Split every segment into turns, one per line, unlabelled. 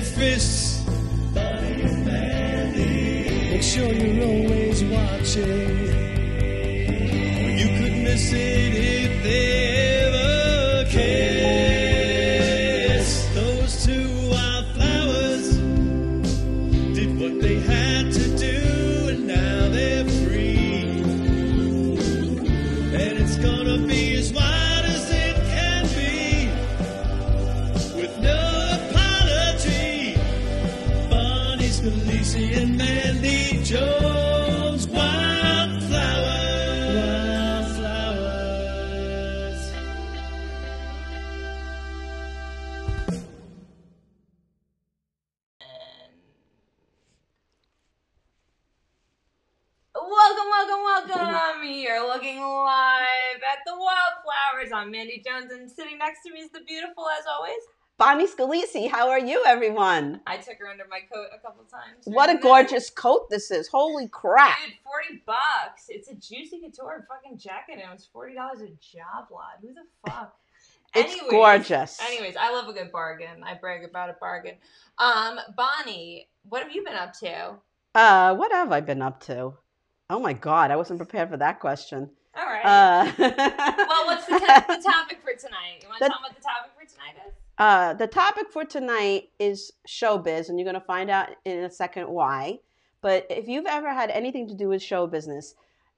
fists. Make sure you're always watching. You could miss it if they ever kiss. Those two wildflowers did what they had to do, and now they're free. And it's gonna be as wide as it can be, with no apology. Bonnie Scalise and Mandy Jones, Wildflowers. Wildflowers.
Welcome, welcome, welcome! You're looking live at the Wildflowers. I'm Mandy Jones, and sitting next to me is the beautiful, as always.
Bonnie Scalisi, how are you, everyone?
I took her under my coat a couple times.
What a
Remember?
gorgeous coat this is. Holy crap.
Dude, 40 bucks. It's a juicy couture fucking jacket, and it was $40 a job lot. Who the fuck?
It's
Anyways,
gorgeous.
Anyways, I love a good bargain. I brag about a bargain. Um, Bonnie, what have you been up to?
Uh, what have I been up to? Oh my God, I wasn't prepared for that question.
All right.
Uh,
well, what's the, to- the topic for tonight? You want to tell
The-
them what the topic for tonight is?
Uh, the topic for tonight is showbiz, and you're going to find out in a second why. But if you've ever had anything to do with show business,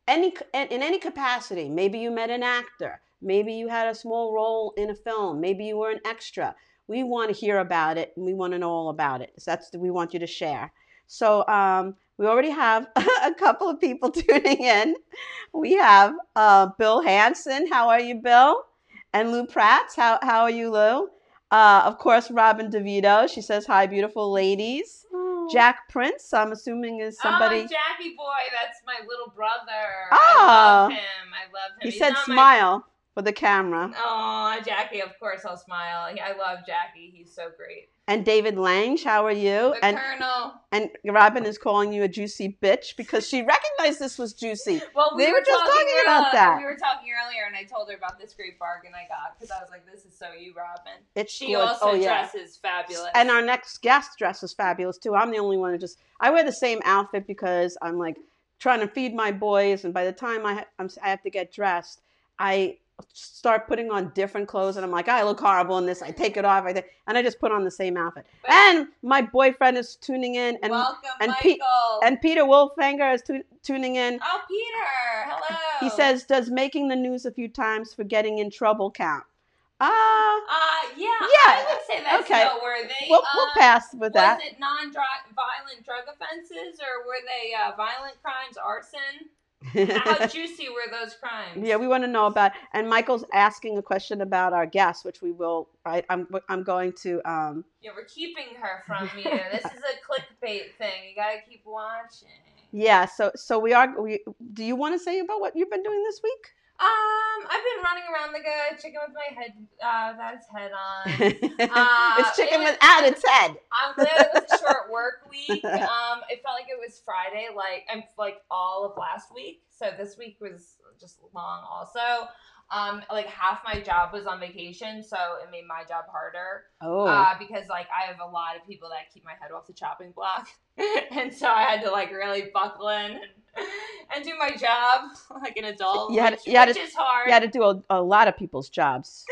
any in in any capacity, maybe you met an actor, maybe you had a small role in a film, maybe you were an extra. We want to hear about it, and we want to know all about it. So that's we want you to share. So um, we already have a couple of people tuning in. We have uh, Bill Hanson. How are you, Bill? And Lou Pratz. How how are you, Lou? Uh, of course, Robin DeVito. She says, "Hi, beautiful ladies." Jack Prince. I'm assuming is somebody.
Oh, Jackie Boy, that's my little brother. I
Oh.
love him. I love him.
he
He's
said,
not my-
"Smile for the camera."
Oh, Jackie, of course I'll smile. I love Jackie. He's so great.
And David Lange. How are you?
The
and
Colonel.
and Robin is calling you a juicy bitch because she recognized this was juicy.
Well, we
They
were,
were just
talking,
talking about
earlier-
that.
We were talking earlier, and I told her about this great bargain I got because I was like, "This is so you, Robin."
It's
She
gorgeous.
also
oh yeah.
dresses fabulous.
And our next guest dress is fabulous too. I'm the only one who just I wear the same outfit because I'm like trying to feed my boys, and by the time I ha- I'm, I have to get dressed, I start putting on different clothes, and I'm like, I look horrible in this. I take it off, I th- and I just put on the same outfit.
But-
And my boyfriend is tuning in, and
welcome,
and
Michael.
Pete- and Peter Wolfinger is tu- tuning in.
oh, Peter. Hello.
He says, "Does making the news a few times for getting in trouble count?" Ah,
"Uh, yeah, yeah. I
Yeah,
would say that's
okay.
noteworthy.
we'll, we'll
Um,
pass with that.
Was it non-violent drug offenses, or were they uh, violent crimes, arson? How juicy were those crimes?
Yeah, we want to know about. And Michael's asking a question about our guest, which we will. I, I'm I'm going to. Um,
yeah, we're keeping her from you. This is a clickbait thing. You gotta keep watching.
yeah, so so we are. We, do you want to say about what you've been doing this
Um, I've been running around like a chicken with my head uh, without its head on.
week?
Uh,
it's chicken
it was- Uh,
without its head.
I'm glad it was a short work week. Um, it felt like it was Friday, like I'm like all of last week. So this week was just long. Also, um, like half my job was on vacation, so it made my job harder.
Oh,
uh, because like I have a lot of people that keep my head off the chopping block, and so I had to like really buckle in and, and do my job like an adult,
You had-
which,
you had
which
to-
is hard.
you had to do a, a lot of people's jobs.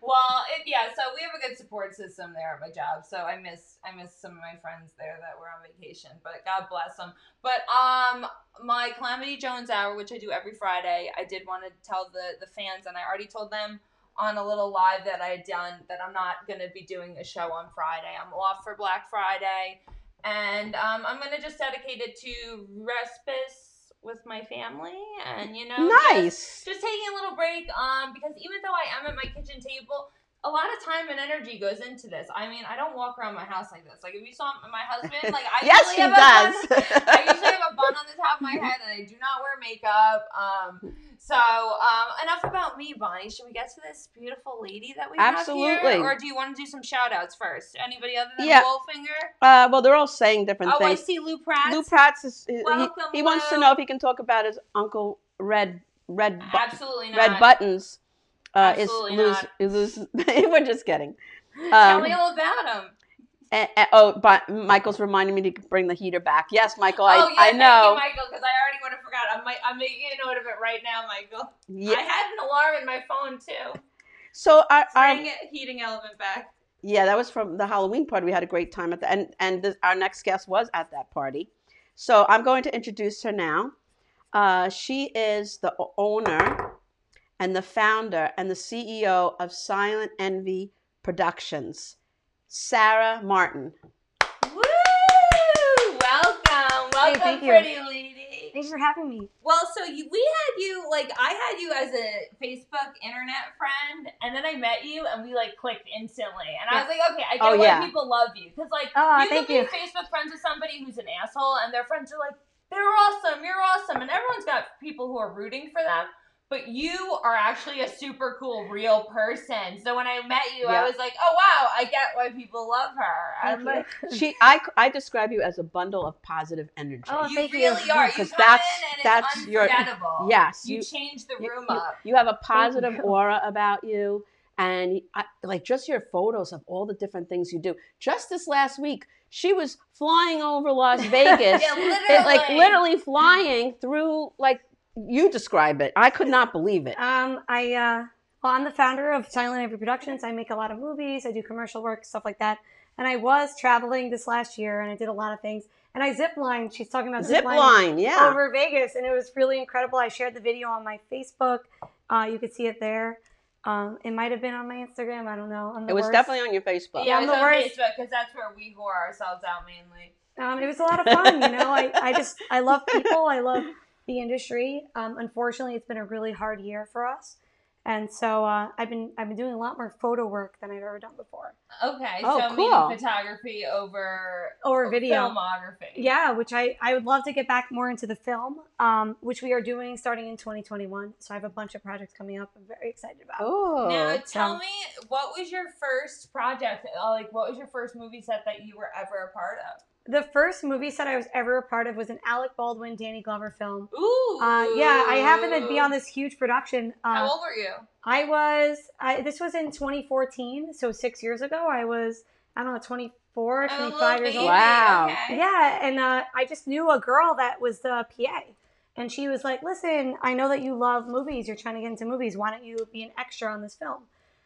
well, it, yeah, so we have a good support system there at my job, so I miss I miss some of my friends there that were on vacation, but God bless them. But um, my Calamity Jones hour, which I do every Friday, I did want to tell the the fans, and I already told them on a little live that I had done that I'm not going to be doing a show on Friday. I'm off for Black Friday, and um, I'm going to just dedicate it to respite with my family, and you know, just-
nice.
just taking a little break um because even though i am at my kitchen table a lot of time and energy goes into this i mean i don't walk around my house like this like if you saw my husband like i
yes,
usually
she
have a bun, i
does.
usually have a bun on the top of my head and i do not wear makeup um so um enough about me bonnie should we get to this beautiful lady that we have
Absolutely.
here or do you want to do some shout outs first anybody other than
Yeah.
Wolfinger?
uh, well, they're all saying different
oh i
things.
see lou pratt
Lou Pratz is. he-
Welcome,
he wants to
Lou.
know if he can talk about his uncle Red Red. Bu-
absolutely not
red buttons uh, is
Absolutely
lose,
not.
is lose. We're just kidding.
tell
Um,
me all about him
And, and- oh, but Michael's reminding me to bring the heater back. Yes, Michael, I,
oh, yeah,
I
thank you,
know.
Michael, because I already would have forgot. I'm, mi- I'm making a note of it right now, Michael. I
Yeah.
had an alarm in my phone too.
So our, our
Bring it, heating element back.
yeah, that was from the Halloween party. We had a great time at the and and this, our next guest was at that party. So I'm going to introduce her now. Uh, she is the o- owner and the founder and the CEO of Silent Envy Productions, Sarah Martin.
Woo! Welcome, welcome,
thank you.
pretty lady.
Thanks for having me.
Well, so you, we had you like I had you as a Facebook internet friend, and then I met you, and we like clicked instantly. And I was like, okay, I get
Oh,
why
yeah. Oh,
people love you because like
Aw,
you can
thank
be
you.
Facebook friends with somebody who's an asshole, and their friends are like, they're awesome, you're awesome, and everyone's got people who are rooting for them. But you are actually a super cool, real person. So when I met you, I
Yeah.
was like, oh wow, I get why people love her.
Thank
I'm
you.
like,
She I I describe you as a bundle of positive energy.
Oh,
you
thank you.
really are. You
Because
come
that's-
in and
that's
it's
your-
unforgettable.
yes,
you,
you
change the
you-
room
you-
up.
You have a positive
you.
aura about you. And I, like just your photos of all the different things you do. Just this last week, she was flying over Las Vegas,
Yeah,
it- like
literally.
literally flying through. Like you describe it, I could not believe it.
Um, I uh, well, I'm the founder of Silent Envy Productions. I make a lot of movies. I do commercial work, stuff like that. And I was traveling this last year, and I did a lot of things. And I zip lined. She's talking about
Zip
ziplining
line, yeah.
over Vegas, and it was really incredible. I shared the video on my Facebook. Uh, you could see it there. Um, it might have been on my Instagram. I don't know. I'm the
it was
worst.
definitely on your Facebook.
Yeah,
Yeah,
it was
I'm
on
the worst.
Facebook because that's where we whore ourselves out mainly.
Um, it was a lot of fun, you know. I, I just I love people. I love the industry. Um, unfortunately, it's been a really hard year for us, and so uh, I've been I've been doing a lot more photo work than I've ever done before,
Okay,
Oh,
so
cool.
meaning photography over
or video.
filmography.
Yeah, which I I would love to get back more into the film, um, which we are doing starting in 2021. So I have a bunch of projects coming up. I'm very excited about.
Oh,
Now tell
so-
me, what was your first project? Uh, Like, what was your first movie set that you were ever a part of?
The first movie set I was ever a part of was an Alec Baldwin, Danny Glover film.
Ooh.
Uh, yeah, I happened to be on this huge production. Uh,
How old were you?
I was, I, this was in 2014, so six years ago. I was, I don't know,
I
24,
was a
25
little
years
baby,
old.
Wow.
Oh, okay.
Yeah, and uh, I just knew a girl that was the PA. And she was like, listen, I know that you love movies. You're trying to get into movies. Why don't you be an extra on this film?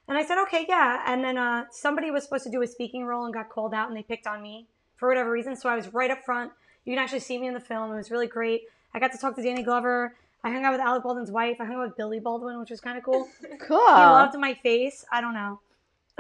And I said, okay, yeah. And then uh, somebody was supposed to do a speaking role and got called out, and they picked on me for whatever reason. So I was right up front. You can actually see me in the film. It was really great. I got to talk to Danny Glover. I hung out with Alec Baldwin's wife. I hung out with Billy Baldwin, which was kind of cool.
cool.
He loved my face. I don't know.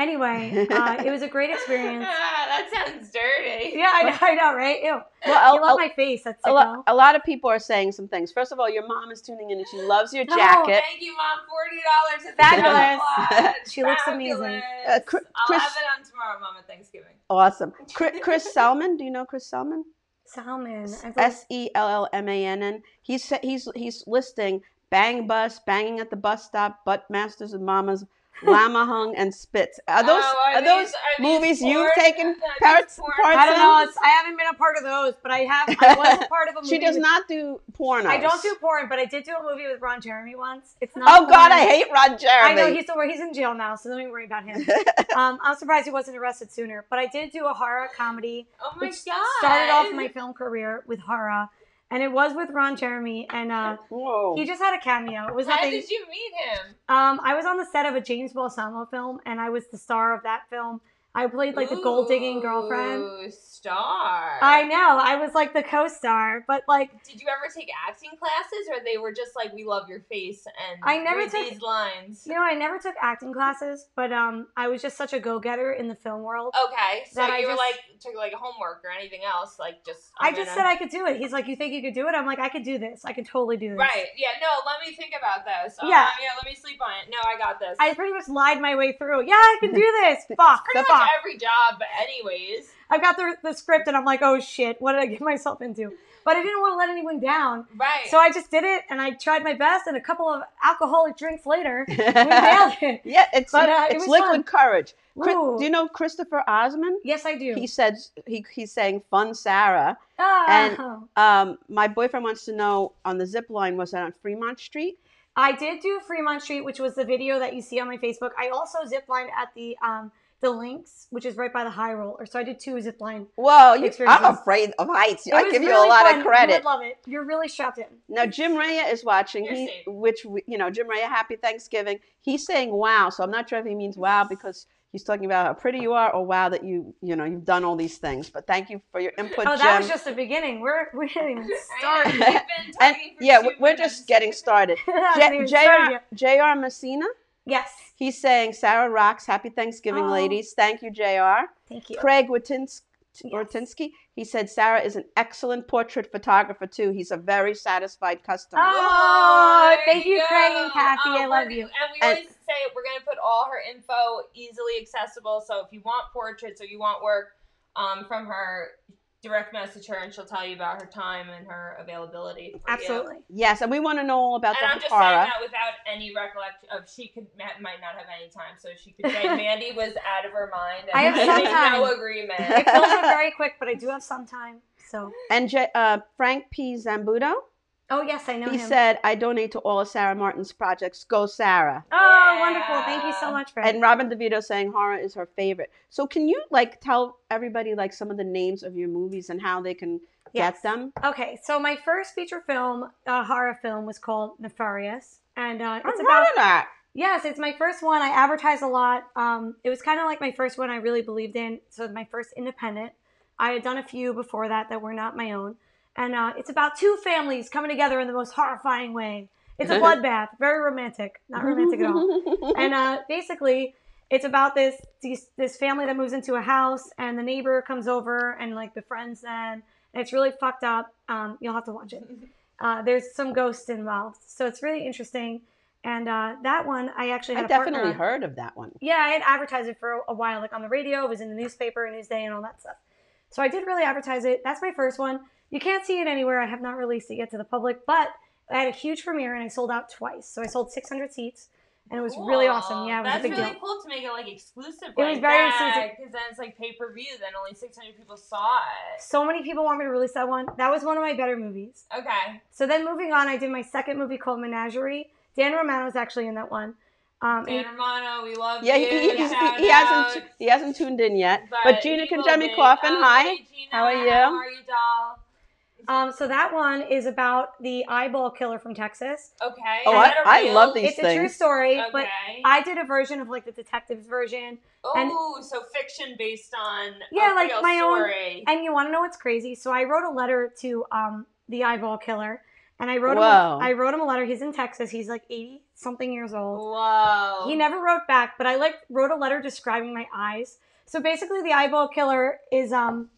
Anyway, uh, it was a great experience.
Ah, that sounds dirty.
Yeah, I know, I know right? Ew.
Well,
He
a- a-
loved my face. That's
Oh, a, lo-
sicko.
a lot of people are saying some things. First of all, your mom is tuning in and she loves your
No,
jacket.
Thank you, mom. Forty dollars is
Fabulous. She looks amazing.
Uh,
Fabulous.
Cr-
I'll
Chris-
have it on tomorrow, mom, at Thanksgiving.
Awesome. Chris, Chris Selman, do you know Chris Selman?
Salmon. I believe-
S E L L M A N N. He's sa- he's he's listing bang bus, banging at the bus stop, butt masters and mamas, llama hung and spits. Are those
Oh,
are, those?
these- are these
movies you've
porn-
taken
are these
parts-
porn-
parts
I don't
in?
know. It's, I haven't been a part of those, but I have. I was a part of a movie.
She does
with-
not do pornos.
I don't do porn, but I did do a movie with Ron Jeremy once. It's not.
Oh God,
porn.
I hate Rod
I
Jeremy.
know he's aware. He's in jail now, so don't even worry about him. um, I'm surprised he wasn't arrested sooner. But I did do a horror comedy.
Oh my
which
god!
Started off my film career with horror, and it was with Ron Jeremy, and uh,
Whoa.
he just had a cameo. It was
How
nothing.
did you meet him?
Um, I was on the set of a James Balsamo film, and I was the star of that film. I played like the gold digging girlfriend.
Ooh, Star.
I know. I was like the co-star, but like
Did you ever take acting classes, or they were just like, "We love your face," and
I never
read
took-
these lines.
you know, I never took acting classes, but um, I was just such a go-getter in the film world.
Okay, so
That I
you were
just-
like took like homework or anything else, like just.
I
I'm
just said
gonna-
I could do it. He's like, "You think you could do it?" I'm like, "I could do this. I could totally do this."
Right. Yeah. No. Let me think about this. Uh,
Yeah.
Yeah. Let me sleep on it. No, I got this.
I pretty much lied my way through. Yeah, I can do this. Fuck,
Pretty
fuck.
much every job, anyways.
I've got the, the script, and I'm like, "Oh shit, what did I get myself into?" But I didn't want to let anyone down,
Right.
so I just did it, and I tried my best. And a couple of alcoholic drinks later, we nailed it.
yeah, it's
But, uh, it
it's
was
liquid courage. Chris,
Ooh.
do you know Christopher Osmond?
Yes, I do.
He said he he's saying fun Sarah.
Ah.
and- Um, my boyfriend wants to know on the zip line was that on Fremont Street?
I did do Fremont Street, which was the video that you see on my Facebook. I also ziplined at the um, the links, which is right by the high roller. So I did two zip line.
Whoa, you, I'm
Experiences.
afraid of heights.
It
I
was
give you
really
a lot
fun.
of
You
credit.
would love it. You're really strapped in.
Now Jim Raya is watching.
You're
He,
safe.
which we, you know, Jim Raya, happy Thanksgiving. He's saying wow, so I'm not sure if he means wow because he's talking about how pretty you are, or wow that you, you know, you've done all these things. But thank you for your input,
Oh,
Jim.
that was just the beginning. We're we didn't even start.
We've been
and
talking for
yeah,
two
we- we're just
minutes.
getting started.
Haven't
J-
even
Jr.
started yet.
Jr. Messina,
Yes.
he's saying Sarah rocks. Happy Thanksgiving,
Oh.
ladies. Thank you, Jr.
Thank you.
Craig Witins-
Yes.
Witinsky, he said Sarah is an excellent portrait photographer too. He's a very satisfied customer.
Oh,
there
thank you, Craig and
go.
Kathy.
Oh,
I love
we're-
you.
And we
And-
always say we're going to put all her info easily accessible. So if you want portraits or you want work um, from her, direct message her and she'll tell you about her time and her availability. for you.
Absolutely.
Yes, and we want to know all about
And I'm
the
just saying
horror.
um,
that without any recollection of she could ma- might not have any time, so she could say Mandy was out of her mind. And
I have some
made No
time.
agreement.
It fills up very quick, but I do have some time. So.
And J- uh, Frank P. Zambuto,
Oh yes, I know
he
him.
said, I donate to all of Sarah Martin's projects. Go, Sarah.
oh, wonderful! Thank you
Yeah.
so much, Fred.
And Robin DeVito saying horror is her favorite. So can you like tell everybody like some of the names of your movies and how they can
Yes.
get them?
Okay, so my first feature film, a horror film, was called Nefarious, and uh, it's
I'm
about
proud of that.
Yes, it's my first one. I advertised a lot. Um, it was kind of like my first one I really believed in. So my first independent. I had done a few before that that were not my own, and uh, it's about two families coming together in the most horrifying way. It's a bloodbath, very romantic, not romantic at all. And uh, basically, it's about this these, this family that moves into a house, and the neighbor comes over and like befriends them. And it's really fucked up. Um, you'll have to watch it. Uh, there's some ghosts involved, so it's really interesting. And uh, that one, I actually had
I
a
definitely
partner. on.
heard of that one.
Yeah, I had advertised it for a while, like on the radio, it was in the newspaper, Newsday, and all that stuff. So I did really advertise it. That's my first one. You can't see it anywhere. I have not released it yet to the public, but I had a huge premiere and I sold out twice. So I sold 600 seats, and it was really awesome.
Cool.
Yeah, it was
that's
a big
really
deal.
cool to make it like exclusive.
was very exclusive.
because then it's like pay per view. Then only six hundred people saw it.
So many people want me to release that one. That was one of my better movies.
Okay,
So then moving on, I did my second movie called Menagerie. Dan Romano was actually in that one. Um,
Dan
and-
Romano, we love
Yeah,
you.
he, he, he's-
Shout
he, he hasn't
out.
he hasn't tuned in yet. But, Gina
he will
Kanjemi
be.
Coffin,
Oh,
hi.
hey, Gina,
How are you?
How are you, doll?
um, so that one is about the eyeball killer from Texas.
Okay.
Oh,
is
I-
that a
I
real-
love these
it's a true
things.
story,
Okay.
but I did a version of like the detective's version. and-
oh, so fiction based on
Yeah,
a
like
real
my own-
story.
And you want to know what's crazy? So I wrote a letter to um, the eyeball killer, and I wrote
Whoa.
him. I wrote him a letter. He's in Texas. He's like eighty something years old.
Whoa.
He never wrote back, but I like wrote a letter describing my eyes. So basically, the eyeball killer is um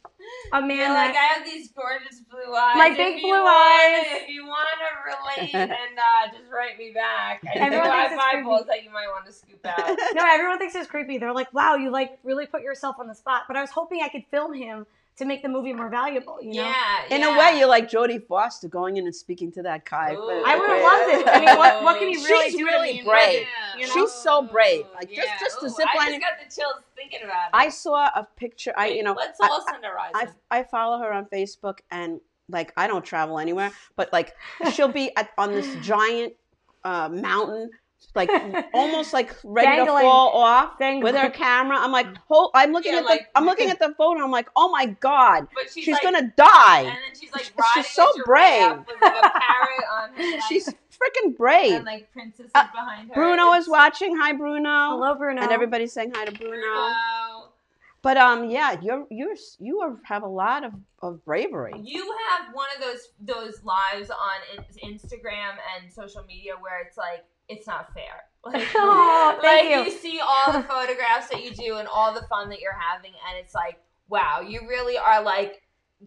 a man
You're
that
like I have these gorgeous blue eyes.
My
If
big
you
blue
want-
eyes.
If you want to relate, and uh, just write me back. I think
Everyone
I
thinks
have
it's
eyeballs that you might want to scoop out.
no, everyone thinks it's creepy. They're like, "Wow, you like really put yourself on the spot." But I was hoping I could film him to make the movie more valuable. You know.
Yeah.
In
yeah.
a way, you're like Jodie Foster going in and speaking to that guy.
Ooh.
I would have loved it. I mean, what, what can you
She's
really do? to
really
me in
brave.
prison? you know?
She's so brave. Like, just- just to
Ooh,
zip
I
line
just
and-
got the chills thinking about it.
I saw a picture. I you
Wait,
know
Let's
I-
all send our eyes.
I, I follow her on Facebook and like I don't travel anywhere, but like she'll be at, on this giant uh, mountain, like almost like ready
Dangling.
to fall off with
Dangling.
her camera. I'm like, hold, I'm looking
You're
at
like-
the I'm looking at the photo. I'm like, oh my god,
but she's,
she's,
like,
gonna die.
And then she's like
She's
riding
just so
a giraffe With like a parrot on her neck
She's freaking brave.
and like princesses
Uh,
behind her.
Bruno
It's-
is watching. Hi, Bruno.
Hello, Bruno.
And everybody's saying hi to Bruno.
Bruno.
But um, yeah, you're you're you are, have a lot of, of bravery.
You have one of those those lives on in- Instagram and social media where it's like it's not fair. Like,
Oh, thank
like,
you.
see all the photographs that you do and all the fun that you're having, and it's like, wow, you really are like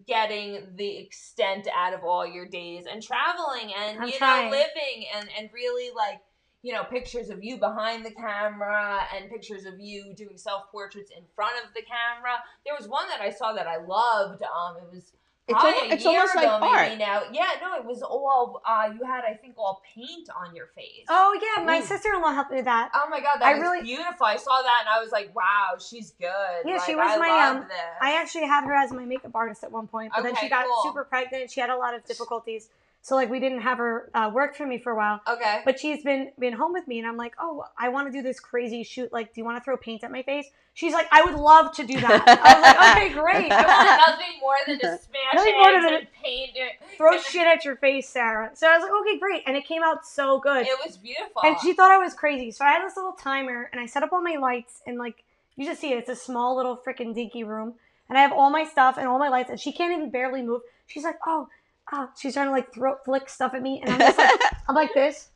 getting the extent out of all your days and traveling and
I'm
you
trying.
know living and and really like you know pictures of you behind the camera and pictures of you doing self portraits in front of the camera. There was one that I saw that I loved. Um, it was
It's
Probably
al-
a
it's
year
almost like
ago, maybe
art.
Now, yeah, no, it was all uh, you had. I think all paint on your face.
Oh yeah, my
Mm.
sister-in-law helped me with that.
Oh my god, that
I
was
really-
beautiful. I saw that and I was like, wow, she's good.
Yeah, she
Like,
was
I
my,
love
um,
This.
I actually had her as my makeup artist at one point, but then
Okay,
she got
cool.
super pregnant. She had a lot of difficulties, So like we didn't have her uh, work for me for a while.
Okay.
But she's been been home with me, and I'm like, oh, I want to do this crazy shoot. Like, do you want to throw paint at my face? She's like, I would love to do that. I was like, okay, great.
I want nothing more than to smash
Nothing
eggs
more than
and paint it.
Throw shit at your face, Sarah. So I was like, okay, great, and it came out so good.
It was beautiful.
And she thought I was crazy. So I had this little timer and I set up all my lights and like you just see it. It's a small little freaking dinky room. And I have all my stuff and all my lights and she can't even barely move. She's like, oh, ah. she's trying to like throw flick stuff at me and I'm just like I'm like this.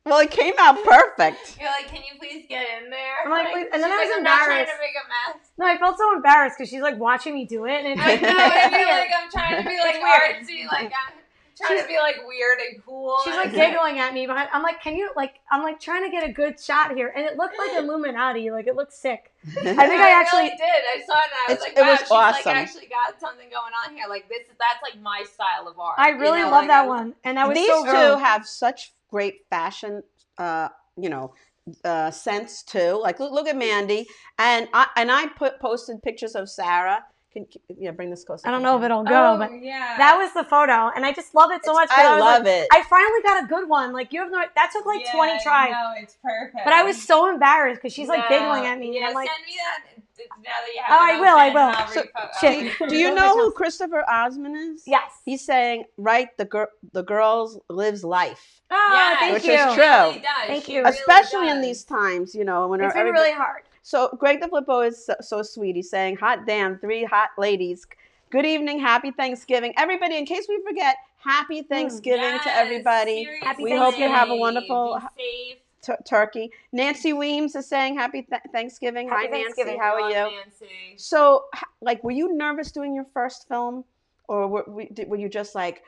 well, it came out perfect.
You're like, can you please get in there?
I'm like, wait, and then
she's
I was
like, I'm not trying to
embarrassed.
make a mess.
No, I felt so embarrassed because she's like watching me do it and it's
I
like,
know. I feel like I'm trying to be like
It's
artsy, like I'm trying
She's-
to be like weird and cool.
She's
and-
like giggling at me behind. I'm like, can you like? I'm like trying to get a good shot here, and it looked like Illuminati. Like it looked sick. I think I actually
really did. I saw it. and I was
It's-
like,
it
wow,
was
she's
awesome.
like actually got something going on here. Like this, that's like my style of art.
I
you
really
know, like,
love that
I-
one, and I was
These
so
two
wrong.
have such great fashion, uh, you know, uh, sense too. Like look, look at Mandy, and I and I put posted pictures of Sarah. Can, can- yeah, bring this closer.
I
to
don't
the
know if
camera.
it'll go,
oh,
but
yeah,
that was the photo, and I just love it so much.
It's-
'cause
I
was
love
like,
it.
I finally got a good one. Like you have no. That took like
Yeah,
20 tries,
No, it's perfect.
but I was so embarrassed because she's
No.
like giggling at me,
Yeah,
and I'm like,
send me that d- now that you have.
Oh, I
it
will, I
open,
will.
and I'll
So,
refo- I'll
shit,
refocus.
Do you
Those
know
are
who
tough.
Christopher Osmond is?
yes.
He's saying, right, the girl, the girls lives life,
Oh,
Yeah,
thank
which
you.
is
She
true.
really does.
Thank
She
you.
really
especially in
does.
these times, you know, when
It's been
everybody-
really hard.
So Greg DeFlippo is so, so sweet. He's saying, "Hot damn, three hot ladies. Good evening, happy Thanksgiving, everybody. In case we forget,
Hmm,
happy Thanksgiving
Yes,
to everybody.
seriously.
Happy We hope you
have a wonderful-
Be safe.
Tur- Turkey. Nancy Weems is saying, "Happy th- Thanksgiving.
Happy
Hi,
Thanksgiving,
Nancy. How are
Love
you?
Nancy.
So, h- like, were you nervous doing your first film, or were, were did- were you just like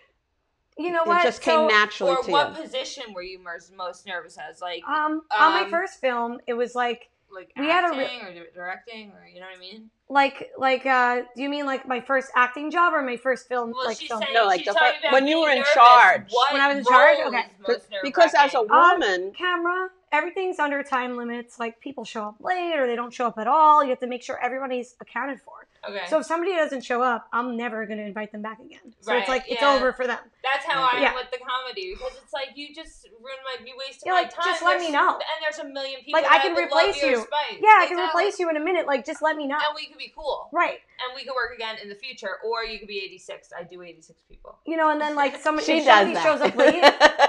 You know
it
what?
just came
So,
naturally
Or
to
what
you?
position were you most, most nervous as? Like,
Um, on my
Um,
first film, it was like,
like
we had a
acting
re-
or di- directing or you know what I mean?
like, like. uh Do you mean like my first acting job or my first film?
Well,
like
she's
film?
saying
No, like
she's
the
talking
fir-
about
when you
being
were in
nervous,
charge.
what
When I was in charge?
role
Okay.
is most
Because as a
nerve-wracking?
Um,
woman,
camera. Everything's under time limits. Like people show up late or they don't show up at all. You have to make sure everybody's accounted for.
okay,
So if somebody doesn't show up, I'm never going to invite them back again. So it's
Right,
like it's
yeah.
over for them.
that's how I am
yeah.
with the comedy because it's like you just ruined my, you wasted
You're
my
like,
time.
just let me
There's-
know.
And there's a million people.
Like,
that
I can
would love
replace
your
you.
Spite.
Yeah, I
Like,
can
that,
replace
like-
you in a minute. Like just let me know.
And we could be cool,
Right.
and we could work again in the future, or you could be 86. I do 86 people.
You know, and then like somebody,
she
if
does
somebody
that.
shows up late,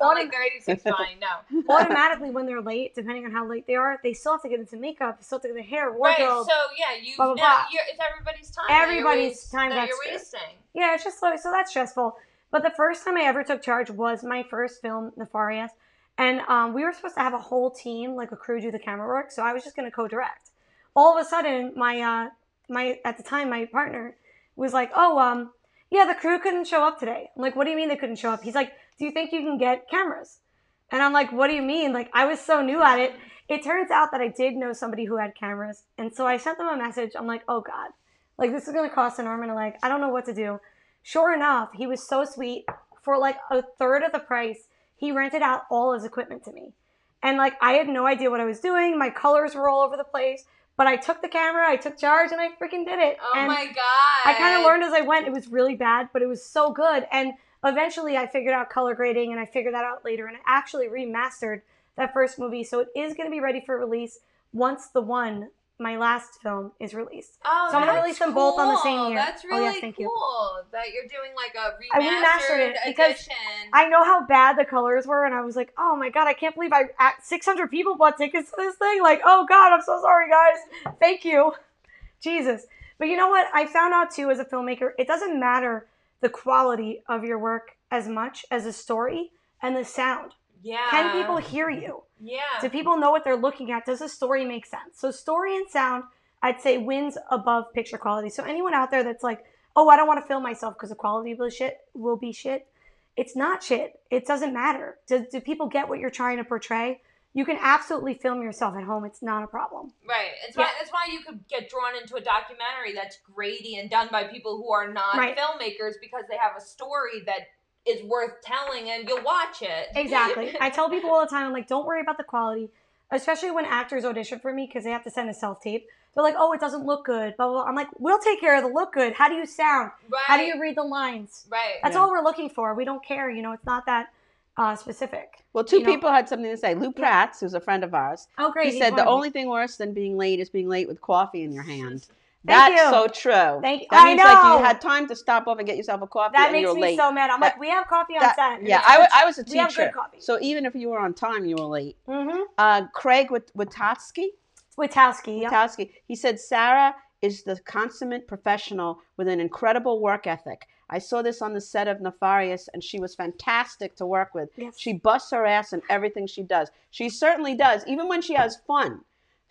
Not like they're 86 fine. No,
automatically when they're late, depending on how late they are, they still have to get into makeup, they still have to get their hair,
right?
wardrobe.
So yeah, you
blah, blah,
now
blah.
you're, it's everybody's time. that you're
Everybody's
wast-
time
that you're
that's-
wasting.
Yeah, it's just like so that's stressful. But the first time I ever took charge was my first film, Nefarious, and um, we were supposed to have a whole team, like a crew, do the camera work. So I was just going to co-direct. All of a sudden, my uh, my at the time my partner was like, "Oh, um, yeah, the crew couldn't show up today." I'm like, "What do you mean they couldn't show up?" He's like, "Do you think you can get cameras?" And I'm like, "What do you mean?" Like I was so new at it. It turns out that I did know somebody who had cameras, and so I sent them a message. I'm like, "Oh God." Like this is gonna cost an arm and a leg. I don't know what to do sure enough, he was so sweet. For like a third of the price, he rented out all his equipment to me. And like I had no idea what I was doing. My colors were all over the place. But I took the camera, I took charge, and I freaking did it.
Oh
and
my god!
I kind of learned as I went. It was really bad, but it was so good. And eventually I figured out color grading and I figured that out later. And I actually remastered that first movie. So it is going to be ready for release once the one, my last film, is released.
Oh,
So I'm gonna
that's
release them both on the same
cool.
year.
That's
Oh,
really
yes, thank you.
cool that you're doing like a
I
remastered
remastered it because
edition.
I know how bad the colors were, and I was like, "Oh my god, I can't believe I at 600 people bought tickets to this thing." Like, "Oh god, I'm so sorry, guys. Thank you, Jesus." But you know what? I found out too as a filmmaker, it doesn't matter the quality of your work as much as the story and the sound.
yeah.
Can people hear you?
Yeah.
Do people know what they're looking at? Does the story make sense? So story and sound, I'd say wins above picture quality. So anyone out there that's like, oh, I don't want to film myself because the quality will shit will be shit. It's not shit. It doesn't matter. Do, do people get what you're trying to portray? You can absolutely film yourself at home. It's not a problem.
Right. It's
Yeah.
why that's why you could get drawn into a documentary that's grady and done by people who are not
Right.
filmmakers because they have a story that is worth telling and you'll watch it.
Exactly. I tell people all the time, I'm like, don't worry about the quality, especially when actors audition for me because they have to send a self tape. They're like, oh, it doesn't look good. Blah, blah, blah. I'm like, we'll take care of the look good. How do you sound?
Right.
How do you read the lines?
Right.
That's
Yeah.
all we're looking for. We don't care. You know, it's not that uh, specific.
Well, two
You know-
people had something to say. Lou Prats, who's a friend of ours,
Oh, great.
he
he's
said the
wonderful.
only thing worse than being late is being late with coffee in your hand. That's
you.
so true.
Thank-
That
I
means like
know.
you had time to stop off and get yourself a coffee
That
and
makes
you were
me
late.
so mad. I'm
That-
like, we have coffee on
That-
set.
yeah, I, wa- I was a
We have good
teacher.
coffee.
So even if you were on time, you were late.
mm-hmm.
Uh, Craig Wit- Witowski,
Witowski. Yep.
Witowski, he said Sarah is the consummate professional with an incredible work ethic. I saw this on the set of Nefarious, and she was fantastic to work with.
Yes.
She busts her ass in everything she does. She certainly does, even when she has fun.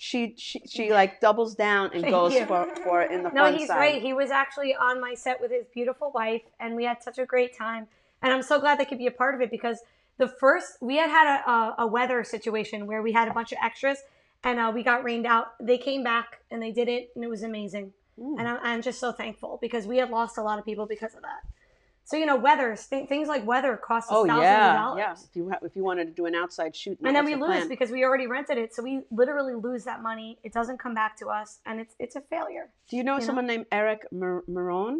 She she, she like doubles down and
Thank
goes
you.
for, for it in the
No,
fun
he's
side.
great. He was actually on my set with his beautiful wife, and we had such a great time. And I'm so glad they could be a part of it because the first we had had a, a, a weather situation where we had a bunch of extras, and uh, we got rained out. They came back and they did it, and it was amazing.
Mm.
And I'm, I'm just so thankful because we had lost a lot of people because of that. So you know, weather th- things like weather cost us
Oh
thousands of
yeah,
dollars.
yeah. If you ha- if you wanted to do an outside shoot,
And
that
then we
was the
lose
plan.
because we already rented it, so we literally lose that money. It doesn't come back to us, and it's it's a failure.
Do you know
you know?
someone named Eric Mar- Marone?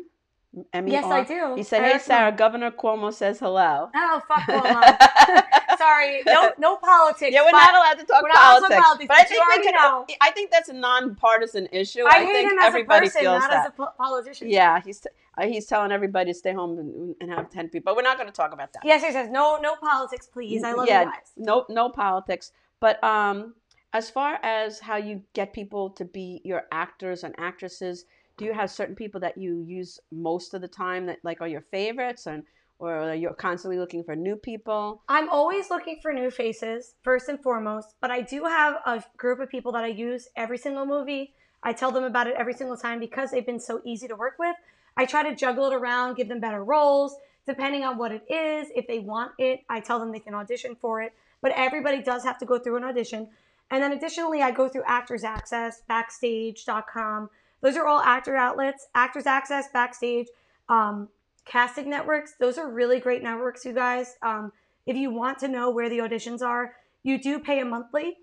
M-
Yes, I
M.E.R.?
do.
He said, "Hey
Eric's
Sarah,
mom.
Governor Cuomo says hello."
Oh fuck, Cuomo. Sorry, no, no politics.
yeah, we're
but
not allowed to talk
we're not allowed
politics,
to talk politics,
but I think
but you
we
already
can.
know.
I think that's a non-partisan issue.
I,
I,
hate
think
him as a
everybody
person,
feels
not
that.
as a po- politician.
Yeah, he's t- uh, he's telling everybody to stay home and, and have ten people. But we're not going to talk about that.
Yes, he says no, no politics, please. I love
Yeah.
you guys.
No, no politics. But um, as far as how you get people to be your actors and actresses, do you have certain people that you use most of the time that like are your favorites and or you're constantly looking for new people?
I'm always looking for new faces, first and foremost, but I do have a group of people that I use every single movie. I tell them about it every single time because they've been so easy to work with. I try to juggle it around, give them better roles, depending on what it is. If they want it, I tell them they can audition for it. But everybody does have to go through an audition. And then additionally, I go through Actors Access, Backstage.com. Those are all actor outlets. Actors Access, Backstage, um, Casting Networks. Those are really great networks, you guys. Um, if you want to know where the auditions are, you do pay a monthly.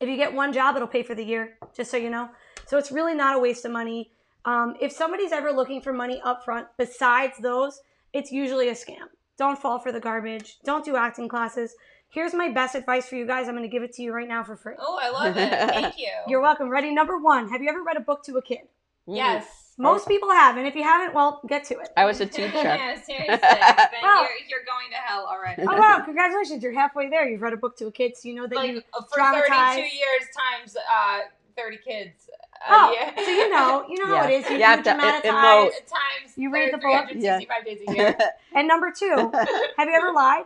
If you get one job, it'll pay for the year, just so you know. So it's really not a waste of money. Um, if somebody's ever looking for money up front, besides those, it's usually a scam. Don't fall for the garbage. Don't do acting classes. Here's my best advice for you guys. I'm going to give it to you right now for free.
Oh, I love it. Thank you.
You're welcome. Ready? Number one. Have you ever read a book to a kid?
yes.
Oh.
Most people have, and if you haven't, well, get to it.
Mm-hmm. I was a teacher.
yeah, seriously. Then
Wow.
you're, you're going to hell already.
Oh wow! Congratulations, you're halfway there. You've read a book to a kid, so you know that you
like uh, for
traumatized.
32 years times uh, 30 kids. Uh,
Oh,
yeah.
so you know, you know how it
Yeah.
is. You,
You
you
have to e-
dramatize.
emote.
Times, times
You read the book?
365 days a year.
And number two, have you ever lied?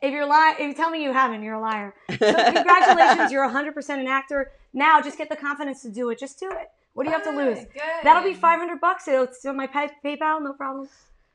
If you're lying, if you tell me you haven't, you're a liar. So congratulations, you're 100% an actor. Now just get the confidence to do it. Just do it. What do you have to lose?
Good.
That'll be 500 bucks. It's on my pay- PayPal, no problem.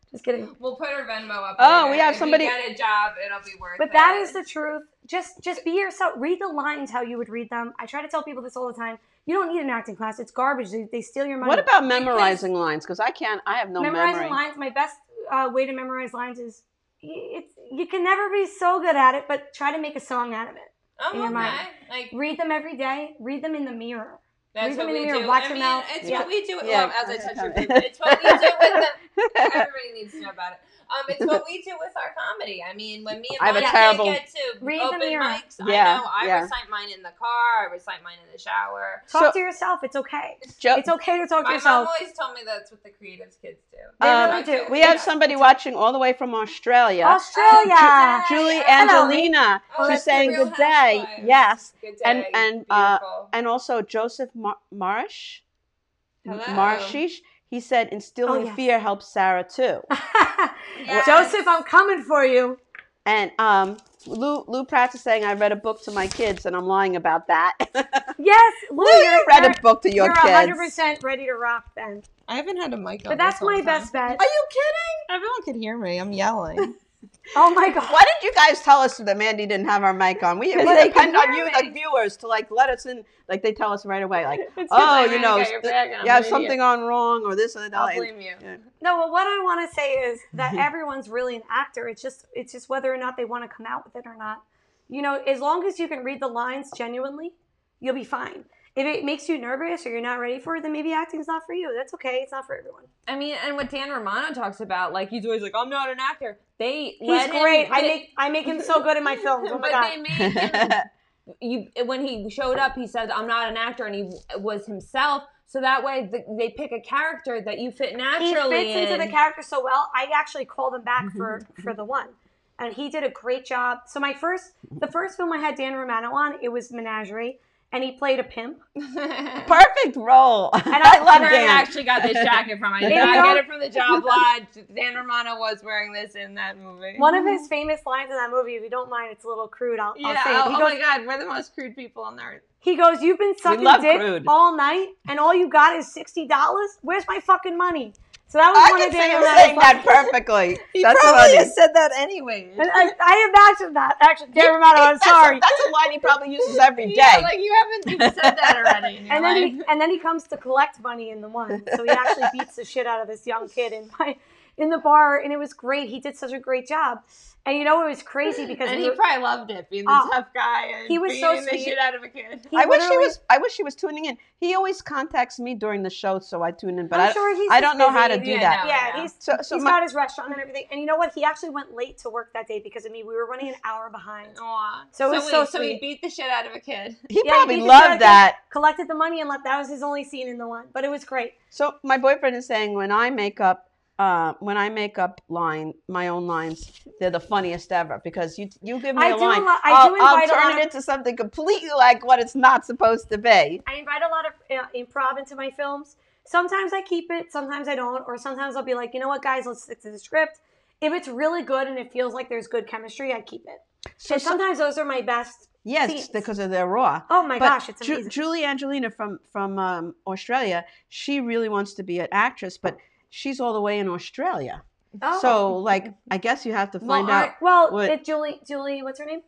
Just kidding.
We'll put her Venmo up.
Oh,
later.
we have
If
somebody-
You get a job, it'll be worth
But
it.
that is the truth. Just just be yourself. Read the lines how you would read them. I try to tell people this all the time. You don't need an acting class. It's garbage. They, they steal your money.
What about memorizing lines? Because I can't. I have no
memorizing
memory.
lines. My best uh, way to memorize lines is y- it's, you can never be so good at it, but try to make a song out of it.
Oh,
in your
okay.
mind.
Like
Read them every day. Read them in the mirror.
that's what
Read them in
we
the mirror,
do.
watch
I
your
mean,
mouth.
it's
Yeah.
what we do. Well,
Yeah,
as I
okay,
touch
tell
your
me.
boob, it's what we do with the Everybody needs to know about it. Um, it's what we do with our comedy. I mean, when me and
I have a
Monica
terrible-
get to
Read the
open
mirror.
mics, I
Yeah,
know I
yeah.
recite mine in the car. I recite mine in the shower.
Talk
So- Uh,
to yourself. It's okay.
Jo-
It's okay to talk
My
to
mom
yourself.
always told me that's what the creative kids do.
They
Um,
really do.
we have somebody watching all the way from Australia.
Australia.
Julie
Hello.
Angelina,
Oh,
who's
that's the
saying
Real
good day.
Housewives.
Yes,
Good day.
And- and, uh,
Beautiful.
and also Joseph Mar- Marsh,
Hello.
Marshish. He said instilling
Oh, yes.
fear helps Sarah too.
Yes.
Joseph, I'm coming for you.
And um, Lou Lou Pratt is saying I read a book to my kids, and I'm lying about that.
Yes, Lou,
you
you're,
read
you're,
a book to your
you're
kids.
100% ready to rock then.
I haven't had a mic on.
But that's
this whole
my
time.
best bet.
Are you kidding? Everyone could hear me. I'm yelling.
Oh my god.
Why did you guys tell us that Mandy didn't have our mic on? We, we
they
depend
can
on you,
hear me.
the viewers, to like let us in. Like they tell us right away, like,
It's 'cause I
oh,
ran
you
and
know,
got your bag and I'm
you have
an idiot.
something on wrong or this and that.
I'll
And-
blame you.
yeah.
No, well, what I want to say is that everyone's really an actor. It's just it's just whether or not they want to come out with it or not. You know, as long as you can read the lines genuinely, you'll be fine. If it makes you nervous or you're not ready for it, then maybe acting's not for you. That's okay. It's not for everyone.
I mean, and what Dan Romano talks about, like he's always like, "I'm not an actor." They
He's
let him-
great. I
they-
make I make him so good in my films. Oh my
but
god.
they made him. You when he showed up, he said, "I'm not an actor," and he was himself. So that way, the, they pick a character that you fit
he
naturally.
fits into the
in.
character so well. I actually called him back for for the one, and he did a great job. So my first, the first film I had Dan Romano on, it was Menagerie, and he played a pimp.
Perfect role. And I
I
love
Where I
Dan.
actually got this jacket from. I did
There you
not
go.
get it from the job lodge. Dan Romano was wearing this in that movie.
One of his famous lines in that movie, if you don't mind, it's a little crude. I'll,
yeah.
I'll say it.
Oh,
He
oh
goes,
my God, we're the most crude people on earth.
he goes, you've been sucking
love
dick
crude.
all night, and all you got is sixty dollars. Where's my fucking money? So that was
I
one
can
of Dan
see him
Romano's
saying
lines.
that perfectly.
He
That's
probably
funny.
has said that anyway.
And I, I imagined that actually, Dan Romano. I'm
That's a-
sorry.
That's a line he probably uses every day.
Yeah, like you haven't you said that already. In your
and then
life.
he and then he comes to collect money in the one. So he actually beats the shit out of this young kid in my in the bar, and it was great. He did such a great job, and you know it was crazy
Hmm.
because
and
we
he
were-
probably loved it, being the
Oh.
tough guy and
He was so
beating the
sweet.
shit out of a kid.
he
I wish he
literally-
was. I wish he was tuning in. He always contacts me during the show, so I tune in. But
I'm
I,
sure he's
I
just
don't know how to
busy.
do
Yeah,
that.
no.
Yeah,
yeah.
he's
So, so
he's
my-
got his restaurant and everything. And you know what? He actually went late to work that day because of me. We were running an hour behind.
Aw.
So it was
we-
so
so he
sweet.
beat the shit out of a kid.
he
yeah,
probably
he just
loved
got-
that.
Collected the money and left. That was his only scene in the one, but it was great.
So my boyfriend is saying when I make up, uh, when I make up line my own lines, they're the funniest ever because you you give me
I
a
do
line,
a lot- I
I'll,
do
I'll
invite a
turn
lot
it
of-
into something completely like what it's not supposed to be.
I invite a lot of uh, improv into my films. Sometimes I keep it, sometimes I don't, or sometimes I'll be like, you know what, guys, let's stick to the script. If it's really good and it feels like there's good chemistry, I keep it.
So,
and
some,
sometimes those are my best.
yes,
scenes.
because of their raw.
Oh my
But
gosh, it's
Ju-
amazing.
Julie Angelina from from um, Australia, she really wants to be an actress, but she's all the way in Australia.
oh.
So like, I guess you have to
Well,
find out.
aren't-
well,
what-
it's Julie. Julie, what's her name?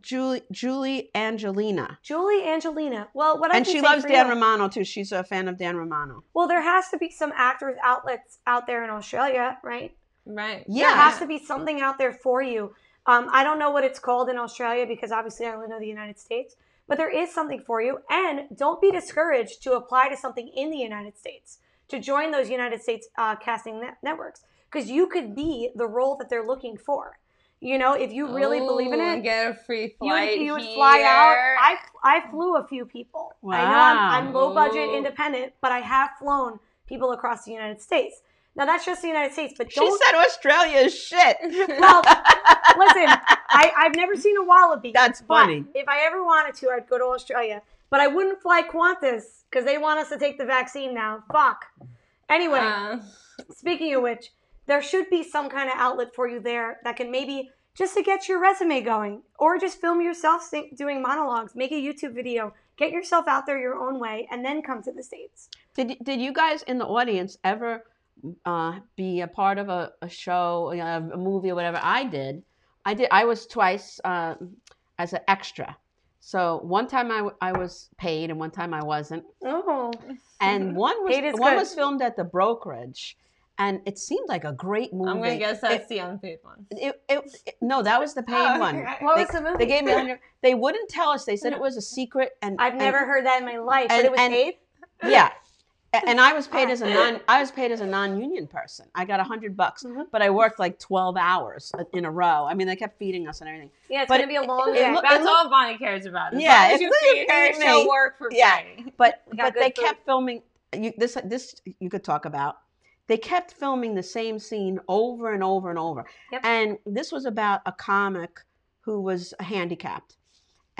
Julie Julie Angelina,
Julie Angelina. Well, what I
and
can
she
say
loves
for
Dan
you-
Romano too. She's a fan of Dan Romano.
Well, there has to be some actors outlets out there in Australia, right?
Right.
Yeah.
There has to be something out there for you. Um, I don't know what it's called in Australia because obviously I only know the United States, but there is something for you. And don't be discouraged to apply to something in the United States, to join those United States uh, casting net- networks, because you could be the role that they're looking for. You know, if you really believe in
Ooh,
it,
Get a free
you would,
flight.
you would fly out.
here.
I, I flew a few people. I know I'm, I'm low budget
Wow.
independent, but I have flown people across the United States. Now that's just the United States, but
She
don't
said Australia is shit.
well, listen, I, I've never seen a wallaby.
That's
but
funny.
If I ever wanted to, I'd go to Australia. But I wouldn't fly Qantas because they want us to take the vaccine now. Fuck. Anyway,
Uh,
speaking of which, there should be some kind of outlet for you there that can maybe just to get your resume going or just film yourself sing- doing monologues, make a YouTube video, get yourself out there your own way, and then come to the States.
Did did you guys in the audience ever uh, be a part of a, a show, you know, a movie, or whatever? I did. I did. I was twice um, as an extra. So one time I, w- I was paid and one time I wasn't.
Oh,
And one was
Paid is
one
good.
was filmed at the brokerage, and it seemed like a great movie.
I'm gonna guess that's
It-
the unpaid one.
it- it- it- no, that was the paid
Oh,
one.
okay.
Uh, what
They-
was the movie?
They gave me. 100 They wouldn't tell us. They said it was a secret. And
I've
and-
never heard that in my life, but
and-
it was
and-
paid.
yeah A- and i was paid as a non i was paid as a non-union person i got a hundred bucks
Mhm.
but i worked like 12 hours in a row i mean they kept feeding us and everything
Yeah, it's
But
gonna be a long
it
day.
look-
That's all Bonnie cares about. As
Yeah,
long as
if
you
you
feed
pay
her, she'll
me-
work for
Yeah.
free.
but
We got
but
good
they
food.
kept filming you, this this you could talk about they kept filming the same scene over and over and over
Yep.
and this was about a comic who was handicapped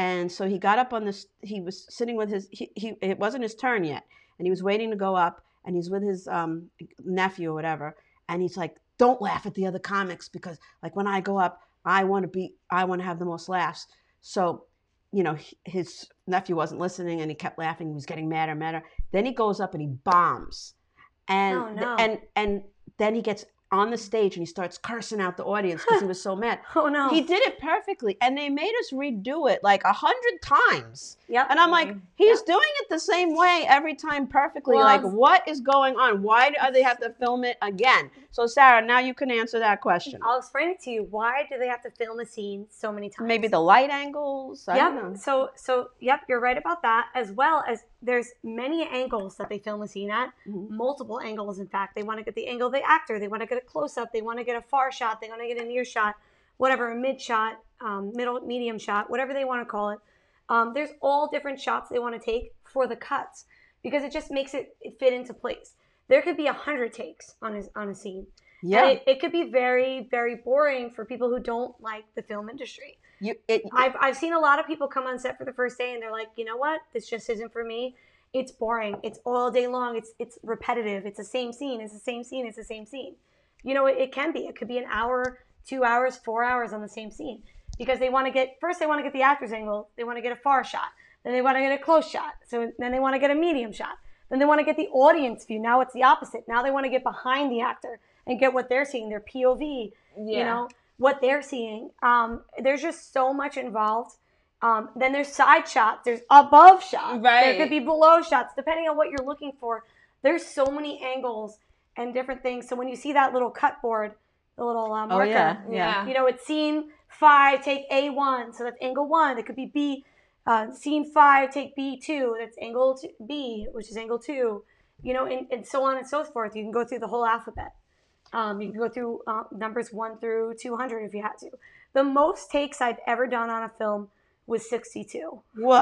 and so he got up on this he was sitting with his he, he it wasn't his turn yet and he was waiting to go up and he's with his um, nephew or whatever and he's like don't laugh at the other comics because like when i go up i want to be i want to have the most laughs so you know h- his nephew wasn't listening and he kept laughing he was getting madder and madder then he goes up and he bombs and
Oh, no.
and and then he gets on the stage and he starts cursing out the audience because he was so mad.
Oh no.
He did it perfectly, and they made us redo it like a hundred times.
Yep.
And I'm
Mm-hmm.
like, he's doing it the same way every time perfectly.
Well-
like, what is going on? Why do they have to film it again? So, Sarah, now you can answer that question.
I'll explain it to you. Why do they have to film a scene so many times?
Maybe the light angles. I
yep.
don't know.
So so yep, you're right about that. As well as there's many angles that they film a scene at,
Mhm.
multiple angles. In fact, they want to get the angle of the actor. They want to get a close up. They want to get a far shot. They want to get a near shot, whatever, a mid shot, um, middle, medium shot, whatever they want to call it. Um, there's all different shots they want to take for the cuts because it just makes it, it fit into place. There could be a hundred takes on a, on a scene.
Yeah.
And it, it could be very, very boring for people who don't like the film industry.
you, it,
I've, I've seen a lot of people come on set for the first day and they're like, you know what? This just isn't for me. It's boring. It's all day long. It's it's repetitive. It's the same scene. It's the same scene. It's the same scene. You know, it, it can be. It could be an hour, two hours, four hours on the same scene because they want to get first they want to get the actor's angle. They want to get a far shot. Then they want to get a close shot. So then they want to get a medium shot. Then they want to get the audience view. Now it's the opposite. Now they want to get behind the actor and get what they're seeing, their POV you know what they're seeing um there's just so much involved um then there's side shots there's above shots there
Right.
could be below shots depending on what you're looking for there's so many angles and different things so when you see that little cut board the little um,
oh,
marker
yeah. Yeah.
Yeah.
you know, it's scene five, take A1. So that's angle one. It could be B. Uh, scene five, take B2. That's angle two, B, which is angle two. You know, and, and so on and so forth. You can go through the whole alphabet. Um, you can go through uh, numbers one through 200 if you had to. The most takes I've ever done on a film was 62.
Wow.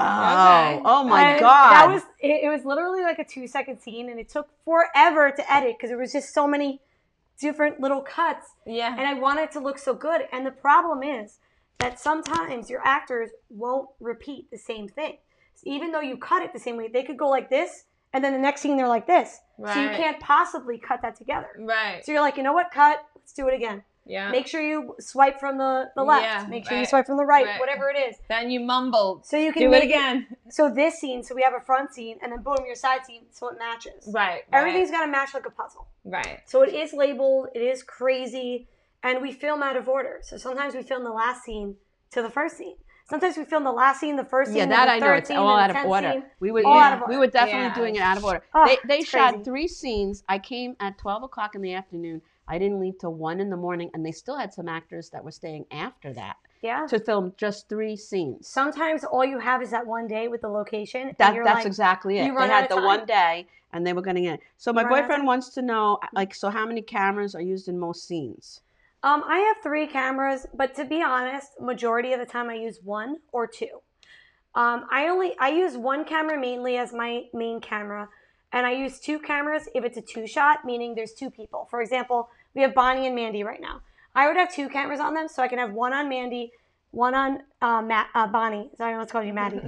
Okay.
Oh, my
And
God.
That was it, it was literally like a two second scene, and it took forever to edit because there was just so many different little cuts
Yeah.
and I want it to look so good. And the problem is that sometimes your actors won't repeat the same thing. So even though you cut it the same way, they could go like this, and then the next scene they're like this. So you
Right.
can't possibly cut that together.
Right.
So you're like, you know what? Cut. Let's do it again.
Yeah.
Make sure you swipe from the, the left.
Yeah,
Make sure you
right,
swipe from the right,
right.
Whatever it is.
then you mumble.
So you can
Do
make
it again.
So this scene. So we have a front scene, and then boom, your side scene. So it matches.
Right.
Everything's got to match like a puzzle.
right.
So it is labeled, it is crazy, and we film out of order. So sometimes we film the last scene to the first scene. Sometimes we film the last scene, the first scene,
yeah,
then
that
the
I know.
third
It's
scene,
all
then
out
the
of
tenth
order.
scene.
We were,
All
yeah,
out of
we
order.
were definitely
Yeah.
doing it out of order.
Oh,
they they
it's
shot
crazy.
three scenes. I came at twelve o'clock in the afternoon. I didn't leave till one in the morning, and they still had some actors that were staying after that
Yeah.
to film just three scenes.
Sometimes all you have is that one day with the location. and
That
you're
that's
like,
exactly it. They
you run out
had
of
the
time.
one day, and they were going to get. It. So my
run out of
boyfriend
time. Mm-hmm.
wants to know, uh, like, so how many cameras are used in most scenes?
Um, I have three cameras, but to be honest, majority of the time I use one or two. Um, I only I use one camera mainly as my main camera, and I use two cameras if it's a two shot, meaning there's two people. For example, we have Bonnie and Mandy right now. I would have two cameras on them, so I can have one on Mandy, one on uh, Matt, uh, Bonnie. Sorry, I almost called you Maddie.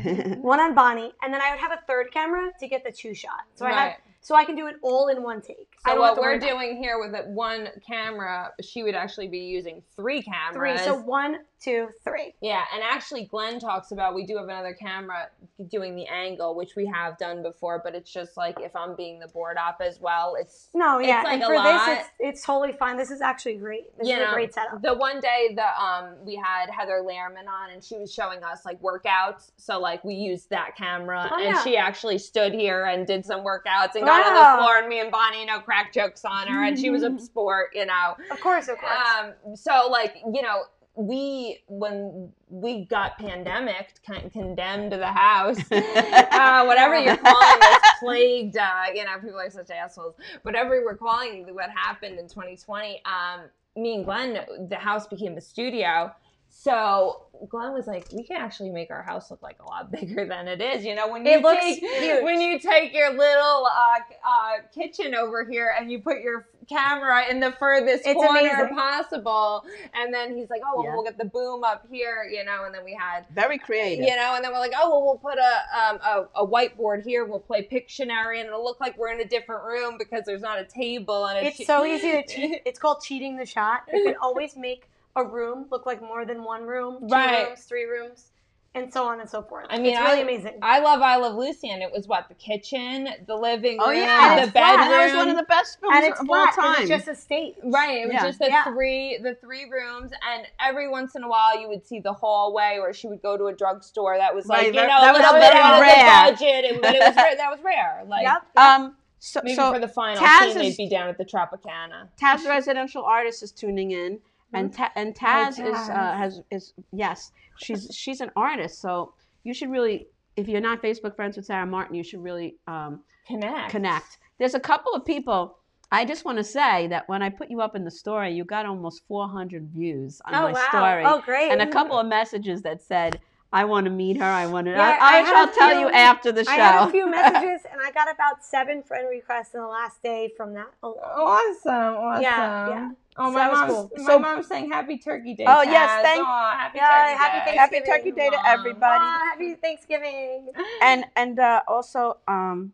one on Bonnie, and then I would have a third camera to get the two shot. So I have
Right.
so I can do it all in one take. I
So
don't have
what
to worry
we're
about-
doing here with that one camera, she would actually be using three
three.
cameras.
So one, two, three.
yeah, and actually Glenn talks about we do have another camera doing the angle, which we have done before, but it's just like if I'm being the board op as well, it's
No,
It's
yeah,
like
and
a
for
lot.
this, it's, it's totally fine. This is actually great. This
You
is a
know,
great setup.
The one day that um we had Heather Lehrman on and she was showing us like workouts. So like we used that camera
Oh,
and
yeah.
she actually stood here and did some workouts and got on
Wow.
the floor and me and Bonnie, you know, cracked jokes on her and she was a sport, you know.
Of course, of course.
Um, so like you know, we when we got pandemic con- condemned to the house, uh, whatever you're calling this plagued, uh, you know, people are such assholes. Whatever we're calling what happened in 2020, um, me and Glenn, the house became a studio. So Glenn was like, "We can actually make our house look like a lot bigger than it is." You know, when you
It looks
take
huge.
when you take your little uh, uh, kitchen over here and you put your camera in the furthest
It's
corner
amazing.
possible, and then he's like, "Oh, well,
Yeah.
we'll get the boom up here," you know, and then we had
Very creative.
you know, and then we're like, oh, well, we'll put a, um, a, a whiteboard here. We'll play Pictionary, and it'll look like we're in a different room because there's not a table. And a
it's so easy to cheat. It's called cheating the shot. You can always make a room look like more than one room, two
Right.
rooms, three rooms, and so on and so forth.
I mean,
it's really
I-
amazing.
I love I Love Lucy, and it was what the kitchen, the living room,
Oh yeah,
the
it's flat.
bedroom.
And that was one of the best films
and it's
of
flat
all
'cause
time.
It's just a state.
Right, it was
Yeah.
just the
Yeah.
three the three rooms, and every once in a while you would see the hallway, or she would go to a drugstore. That was like
Right,
you
that-
know
that
a
was
little
very
bit out
rare.
of the budget, and- but it was rare, that was rare. Like
Yep.
um, so,
maybe
so
for the final
Taz
team,
is-
they'd be down at the Tropicana.
Taz residential artist is tuning in, and Ta- and Taz, is uh,
Mm-hmm. Oh, Taz.
has is yes, she's she's an artist. So you should really, if you're not Facebook friends with Sarah Martin, you should really um,
Connect,
connect. There's a couple of people. I just want to say that when I put you up in the story, you got almost 400 views on
Oh
my
wow!
story,
Oh great!
and a couple of messages that said, "I want to meet her. I want to."
Yeah,
I,
I
I,
had
shall
a
tell
few-
you after the show.
I had a few messages, and I got about seven friend requests in the last day from that. alone.
Awesome, awesome.
Yeah, yeah.
Oh,
So
my
that was
mom's,
cool.
my
So-
mom's saying happy Turkey Day.
Oh, yes,
Taz.
thank-
Aw, happy
Yeah,
Turkey
happy
Day.
Thanksgiving.
Happy Turkey Day to
Mom.
everybody.
Aw, happy Thanksgiving.
and and uh, also um,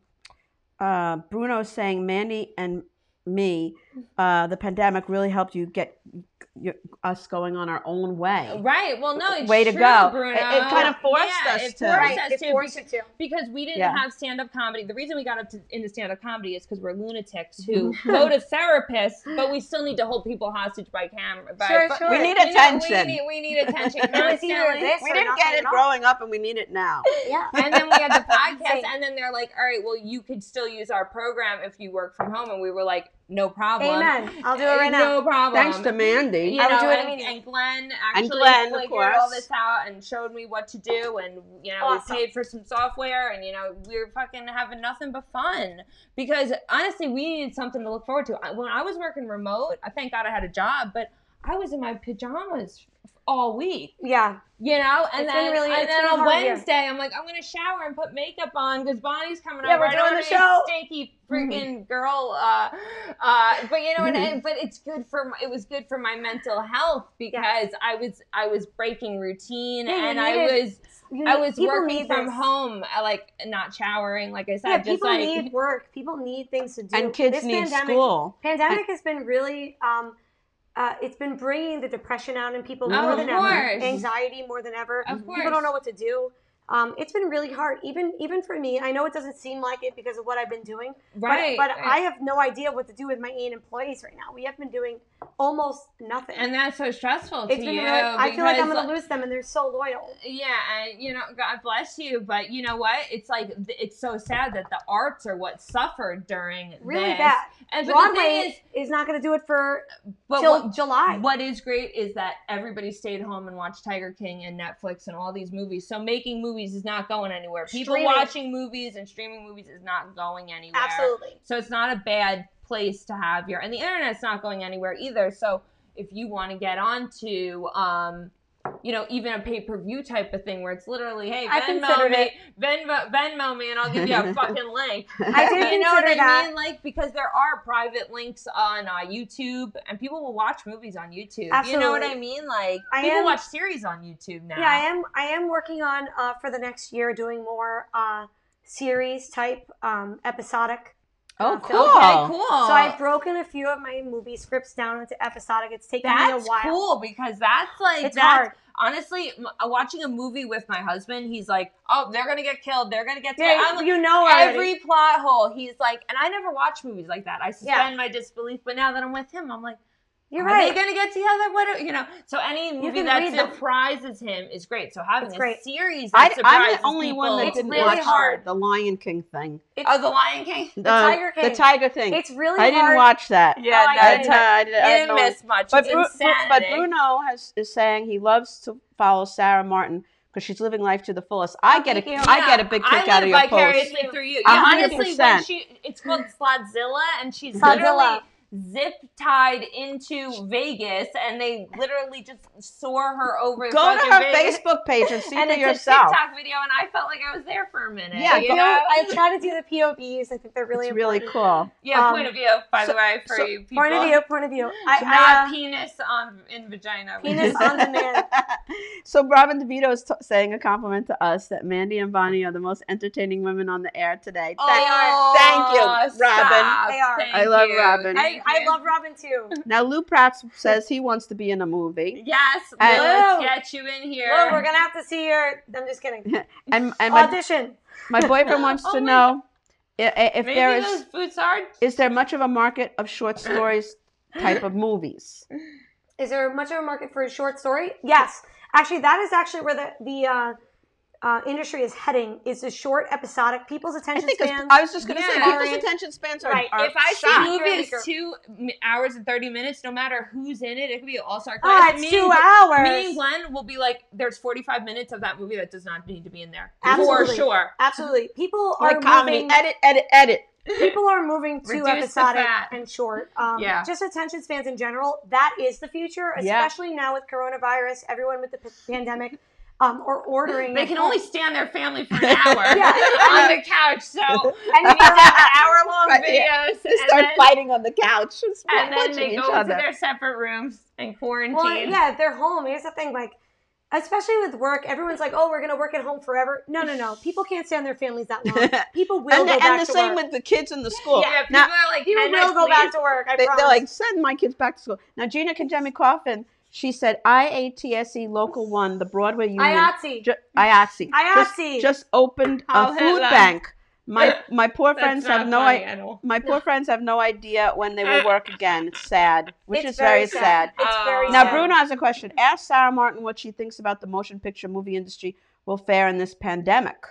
uh, Bruno saying Mandy and me, uh, the pandemic really helped you get your, us going on our own way.
Right. Well, no, it's
Way to
true,
go.
Bruno.
It- it kind of forced
yeah,
us
it
to.
Forced
Right,
us
it
to
forced you to.
because we didn't
Yeah.
have stand-up comedy. The reason we got up to, into stand-up comedy is because we're lunatics who
Mm-hmm.
go to therapists, but we still need to hold people hostage by camera. By,
Sure,
but-
sure.
We need
you know,
attention.
we, need, we need attention.
It was either
constantly.
this
We
or
didn't
nothing
get it
at all.
growing up, and we need it now.
Yeah.
and then we had the podcast,
Same.
and then they're like, "All right, well, you could still use our program if you work from home," and we were like, "No problem."
Amen. I'll do it right now.
No problem.
Thanks to Mandy.
you
I would
know,
do it
and,
immediately.
and Glenn actually
Glenn, of
figured all
course.
this out and showed me what to do, and you know,
Awesome.
we paid for some software, and you know, we were fucking having nothing but fun because honestly, we needed something to look forward to. I- When I was working remote, I thank God I had a job, but I was in my pajamas all week
Yeah.
you know, and
It's been
then
really-
and
it's
then
been
on
hard, yeah.
Wednesday, I'm like, I'm gonna shower and put makeup on because Bonnie's coming
Yeah,
over.
we're
I don't
doing
wanna
the
be a
show. Mm-hmm.
Stinky freaking girl. Uh, uh, but you know, and, and- but it's good for my, it was good for my mental health because I was I was breaking routine
Yeah, you
and I
needed-
was
You
I
need-
was
people
working
need
from
this.
home, I, like not showering, like I said,
Yeah,
just
people
like
need work. People need things to do.
and kids
This
need
pandemic-
school.
Pandemic has been really, um, uh, it's been bringing the depression out in people
Oh,
more
of
than
course.
ever, anxiety more than ever.
Of
People don't
course.
know what to do. Um, it's been really hard, even even for me. I know it doesn't seem like it because of what I've been doing, but-
right, uh,
But, I have no idea what to do with my eight employees right now. We have been doing almost nothing.
and that's so stressful
it's
to
been
you.
really, I feel like I'm
because-
going to lose them, and they're so loyal.
yeah and you know god bless you but you know what it's like th- it's so sad that the arts are what suffered during
Really
this.
bad.
and but the thing
Broadway
is
is, not going to do it for
but
till
what,
July.
what is great is that everybody stayed home and watched tiger king and netflix and all these movies so making movies is not going anywhere people
Streaming.
watching movies and streaming movies is not going anywhere
Absolutely.
so it's not a bad place to have your and the internet's not going anywhere either. So if you want to get onto um you know, even a pay per view type of thing where it's literally, hey,
I
Venmo
considered
me,
it.
Venmo, Venmo me, and I'll give you a fucking link.
I did
you know what
consider
I
that.
mean? Like because there are private links on uh, YouTube, and people will watch movies on YouTube. You know what
Absolutely.
I mean? Like
I
people
am-
watch series on YouTube now.
Yeah, I am. I am working on uh, for the next year doing more uh, series type, um, episodic.
Oh,
Okay,
cool.
Okay, cool.
So I've broken a few of my movie scripts down into episodic. It's taken me a
that's
while.
cool because that's like
It's
that's
hard.
honestly, m- uh, watching a movie with my husband, he's like, "Oh, they're gonna get killed. They're gonna get."
Yeah,
I'm like,
you know already.
every plot hole. He's like, and I never watch movies like that. I
Yeah.
suspend my disbelief. But now that I'm with him, I'm like,
You're
"Are
right.
they gonna get together? What are-" you know?" So any movie
can
that
read them.
surprises him is great. So having
It's
a
great.
series that
I,
surprises
I'm the only one that
people-
didn't
really
watch
hard.
the Lion King thing.
Oh, The Lion King.
The, uh,
Tiger
The
King.
Tiger Thing.
it's really
I didn't
hard.
watch that.
Yeah,
Oh, I
no,
I,
didn't.
t- I, did-
You
I
didn't
don't-
miss much.
But,
it's
Bru- Bru-
insanity.
but Bruno has, is saying he loves to follow Sarah Martin because she's living life to the fullest. I get
thank you.
a, I get a big
I
kick out of
live
your post.
vicariously through you.
A
Yeah,
hundred
honestly, when
percent.
she it's called Slotzilla, and she's
Slotzilla.
literally zip tied into Vegas, and they literally just soar her over.
Go
fucking
to her
Vegas.
Facebook page and see
and
for
it's a
yourself.
TikTok video, and I felt like I was there for a minute.
Yeah,
you
go-
know?
I try to do the POVs. I think they're really
It's really cool.
important.
yeah.
um,
point of view, by
so-
the way, for
so-
you people.
Point of view. Point of view. I,
not
I, uh,
penis on in vagina.
penis on demand.
so Robin DeVito is t- saying a compliment to us that Mandy and Bonnie are the most entertaining women on the air today. Thank-
Oh,
Thank you, Robin.
stop.
They are.
Thank
I love
you.
Robin.
I,
I love Robin too.
Now Lou Pratt says he wants to be in a movie,
Yes,
And-
let's get you in here.
Lou, we're gonna have to see your. I'm just kidding.
and and my,
Audition.
my boyfriend wants
Oh
to
my
know i- i- if
Maybe
there
those
is
boots are.
is there much of a market of short stories type of movies.
Is there much of a market for a short story? Yes. Actually, that is actually where the the uh, uh, industry is heading. Is the short episodic people's
I
attention
think it's,
spans?
I was just gonna say
Yeah.
people's attention spans are,
Right.
are
if I
shot.
see movies
Really
two m- hours and thirty minutes, no matter who's in it, it could be an all-star
Ah,
cast.
it's
Me
two
and- Me and
hours.
Glenn will be like, there's 45 minutes of that movie that does not need to be in there. For
Absolutely.
sure.
Absolutely. People are
like comedy,
moving.
edit, edit, edit.
people are moving to
Reduce the
episodic
fat.
and short. Um,
Yeah.
Just attention spans in general. That is the future,
Yeah.
especially now with coronavirus. Everyone with the p- pandemic um, are ordering.
They
at
can
home.
only stand their family for an hour
Yeah.
on the couch. So
And you know,
hour long
Right, yeah.
videos.
They
and
start
then,
fighting on the couch, just
and then
punching
they
each
go into
other.
their separate rooms and quarantine.
well, yeah, if they're home. Here's the thing, like. Especially with work, everyone's like, "Oh, we're gonna work at home forever." No, no, no. People can't stand their families that long. People will
and
go
the,
back
and the
to
same
work.
with the kids in the school.
Yeah, people
Now-
are like,
People
"Can I
will go back
please?"
to work. I
they,
promise.
they're like, send my kids back to school. Now, Gina Kajemi Coffin, she said, IATSE E Local One, the Broadway Union.
IATSE.
ju- IATSE. "Mm, Just,
IATSE.
just opened a
I'll hit
food
them.
bank. My my poor
That's
friends
not
have no
funny
idea.
at all.
My poor friends have no idea when they will work again. It's sad, which
It's
is very sad.
It's
Oh.
very
Now,
sad.
Bruno has a question. Ask Sarah Martin what she thinks about the motion picture movie industry will fare in this pandemic.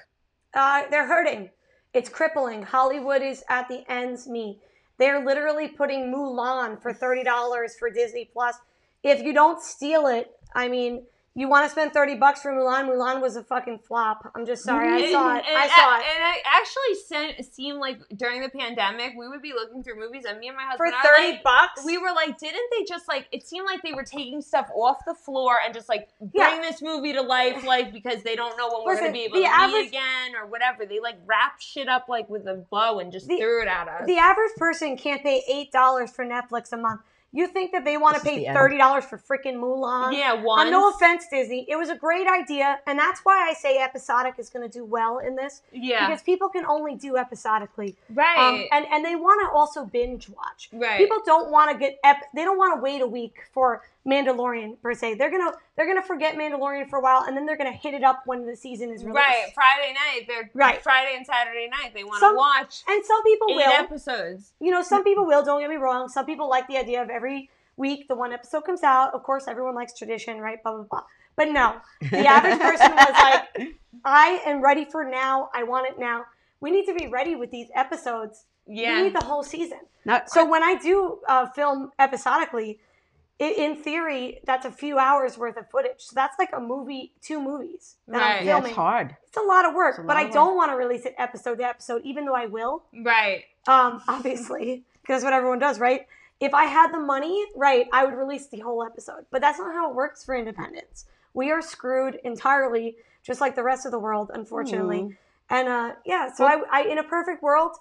Uh, they're hurting. It's crippling. Hollywood is at the ends meet. They're literally putting Mulan for thirty dollars for Disney Plus. If you don't steal it, I mean, you want to spend thirty bucks for Mulan? Mulan was a fucking flop. I'm just sorry. I saw it.
And,
I saw it.
And I actually sen- seemed like during the pandemic, we would be looking through movies, and me and my
For
husband are
thirty
like,
bucks,
we were like, didn't they just like? It seemed like they were taking stuff off the floor and just like bring
Yeah.
this movie to life, like because they don't know when we're
Listen,
going to be able
the
to
average-
meet again or whatever. They like wrap shit up like with a bow and just
The-
threw it at us.
the average person can't pay eight dollars for Netflix a month. You think that they want to
This is
pay
the end.
thirty dollars for freaking Mulan?
yeah,
Uh,
one.
no offense, Disney. It was a great idea, and that's why I say episodic is going to do well in this
Yeah,
because people can only do episodically, um,
right,
and and they want to also binge watch.
right.
People don't want to get ep- they don't want to wait a week for Mandalorian per se. They're gonna they're gonna forget Mandalorian for a while, and then they're gonna hit it up when the season is released.
right, Friday night. They're
Right.
Friday and Saturday night. They want to
Some-
watch
And some people
eight
will.
episodes.
you know, some people will. Don't get me wrong. Some people like the idea of every week the one episode comes out. Of course, everyone likes tradition, right? Blah blah blah. But no, the average person was like, I am ready for now. I want it now. We need to be ready with these episodes.
Yeah.
We need the whole season.
Now,
So when I do uh, film episodically, i in theory, that's a few hours worth of footage. So that's like a movie, two movies that
Right.
I'm
yeah,
filming.
it's hard.
It's a lot of work,
It's a
but
lot
I
of work.
don't want to release it episode to episode, even though I will,
Right.
um, obviously, because that's what everyone does, right? If I had the money, right, I would release the whole episode. But that's not how it works for independents. We are screwed entirely, just like the rest of the world, unfortunately.
Mhm.
And uh, yeah, so I, I, in a perfect world,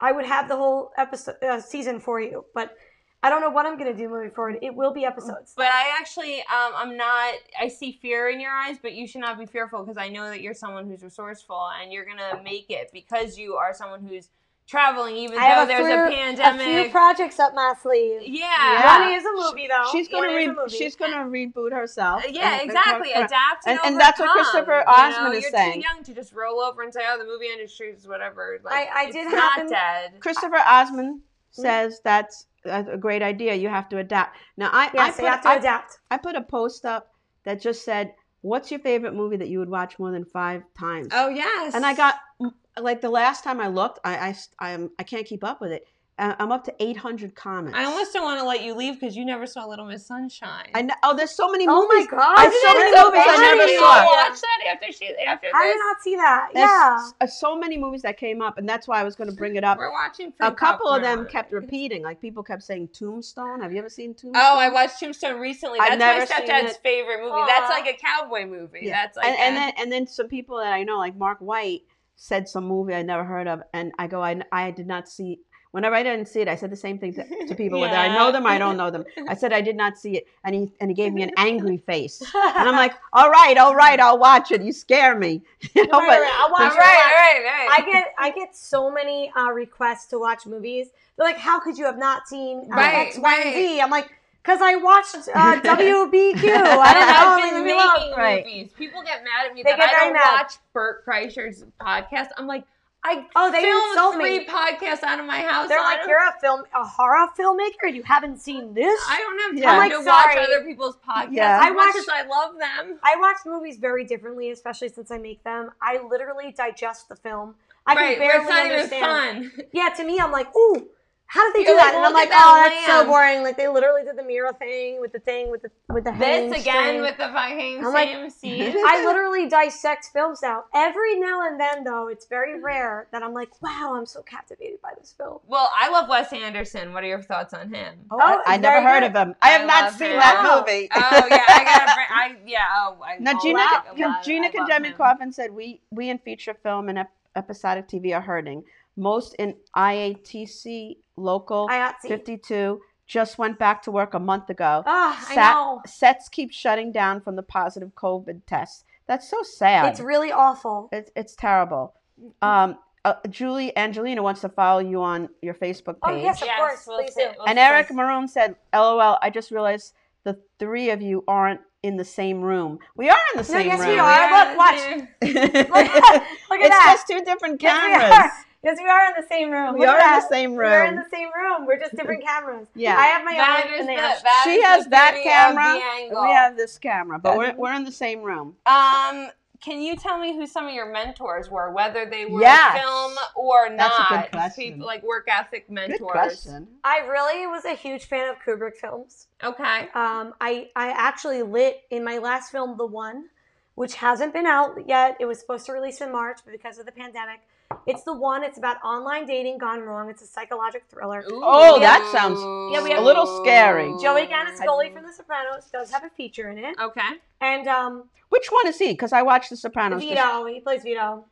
I would have the whole episode uh, season for you, but I don't know what I'm gonna do moving forward. It will be episodes.
But I actually, um, I'm not. I see fear in your eyes, but you should not be fearful because I know that you're someone who's resourceful and you're gonna make it because you are someone who's traveling, even
I have
though
a
there's a
few, a few
pandemic.
projects up my sleeve.
yeah.
One is a movie though.
She's gonna
One is a
re-
movie. Uh,
she's gonna reboot herself.
Yeah,
and-
exactly. Adapt and,
And- and that's what
overcome,
Christopher
you know?
Osmond is
You're
saying.
too young to just roll over and say, "Oh, the movie industry is whatever." Like,
I
it's
did
not
happen-
dead.
Christopher Osmond
Mm-hmm.
says that's a a great idea. You have to adapt. Now I I,
Yes,
put,
you have to
I-
adapt.
I put a post up that just said, "What's your favorite movie that you would watch more than five times?"
Oh yes.
And I got mm, like the last time I looked, I I s- I'm, I can't keep up with it. Uh, I'm up to 800 comments.
I almost don't want to let you leave because you never saw Little Miss Sunshine.
I know, oh, there's so many
Oh my
movies.
god!
I have so
that
many
is
movies I
amazing.
never
You
saw.
Watch that after she after
How did I
this.
not see that?
There's
yeah.
s- uh, so many movies that came up, and that's why I was going to bring it up.
We're watching.
A
free
couple of them
popcorn.
kept repeating. Like people kept saying Tombstone. Have you ever seen Tombstone?
Oh,
Mm-hmm.
I watched Tombstone recently. That's
I've
my
never seen
stepdad's
it.
favorite movie.
Aw.
That's like a cowboy movie.
Yeah.
That's like
and, and
a-
then and then some people that I know, like Mark White, said some movie I never heard of, and I go, I, I did not see. Whenever I didn't see it, I said the same thing to, to people, whether I know
Yeah.
them, I don't know them. I said I did not see it, and he and he gave me an angry face, and I'm like, all right, all right, I'll watch it. You scare me, you know.
Right,
But
right, I'll watch
All right, all
it, I'll watch
right, all
I
right.
get I get so many uh, requests to watch movies. They're like, "How could you have not seen uh,
Right,
X, Y, and
right.
Z?" I'm like, "Cause I watched uh, WBQ. I don't know.
I've
leave
been
me alone."
making
Right.
movies. People get mad at me
They
that
get
I
very
don't
mad.
watch Bert Kreischer's podcast. I'm like, I
Oh, they insult
filmed
me.
three podcasts out of my house.
They're
so I
like,
don't-
"You're a film a horror filmmaker, and you haven't seen this."
I don't have
Yeah.
time
I'm
to
like,
watch
sorry.
other people's podcasts.
Yeah.
As
I
much
watch-
as I love them.
I watch movies very differently, especially since I make them. I literally digest the film. I
right,
can
where
barely
it's not
understand.
even fun.
Yeah, to me, I'm like, ooh, how did they
You're
do that?
like,
and I'm
look
like,
at
oh,
that
that's so
lamb."
boring. Like they literally did the mirror thing with the thing with the with the hanging
This again
string.
with the fucking
I'm like-
same scene.
I literally dissect films now. Every now and then, though, it's very rare that I'm like, wow, I'm so captivated by this film.
Well, I love Wes Anderson. What are your thoughts on him?
Oh,
Oh,
I, I
it's
never
very
heard
good.
of him. I have
I
not
love
seen
him.
that
Wow.
movie.
Oh yeah, I gotta. bring- I yeah. Oh, I,
Now,
oh,
Gina,
I
wow.
love
Gina,
him.
Gina
I love
Kajemi
him.
Coffin said, "We we in feature film and ep- episodic TV are hurting. Most in IATC local
I got to.
52 just went back to work a month ago.
Ah, I
Sat-
know.
Sets keep shutting down from the positive COVID test. That's so sad.
It's really awful.
it's, it's terrible. Um, uh, Julie Angelina wants to follow you on your Facebook page.
Oh, yes, of
Yes,
course.
we'll
Please
see-
do.
we'll
And
see.
Eric Maroon said, "LOL, I just realized the three of you aren't in the same room. We are in the
No,
same
yes,
room.
we are.
Yeah,
Look, watch.
yeah.
Look, look
it's
at that.
just two different
Yes, we
cameras.
are. Yes, we are in the same room.
We
Look
are
at
in the
that.
same
We're in
room.
the same room. We're just different cameras.
Yeah.
I have my
That
own.
is
and
the,
they have-
that
She
is
has
the
that
beauty of
camera,
the angle.
We have this camera, but we're,
Mhm.
we're in the same room.
Um, can you tell me who some of your mentors were, whether they were
Yes.
film or
That's a
not?
good question.
People like work ethic mentors.
Good question.
I really was a huge fan of Kubrick films.
Okay.
Um, I I actually lit in my last film, The One, which hasn't been out yet. It was supposed to release in March, but because of the pandemic, it's The One. It's about online dating gone wrong. It's a psychological thriller.
Oh, that sounds
Yeah, we have-
a little scary.
Joey Ganniscoli from The Sopranos does have a feature in it,
Okay.
and um,
Which one is he? Because I watched The Sopranos. this-
Vito. He plays Vito.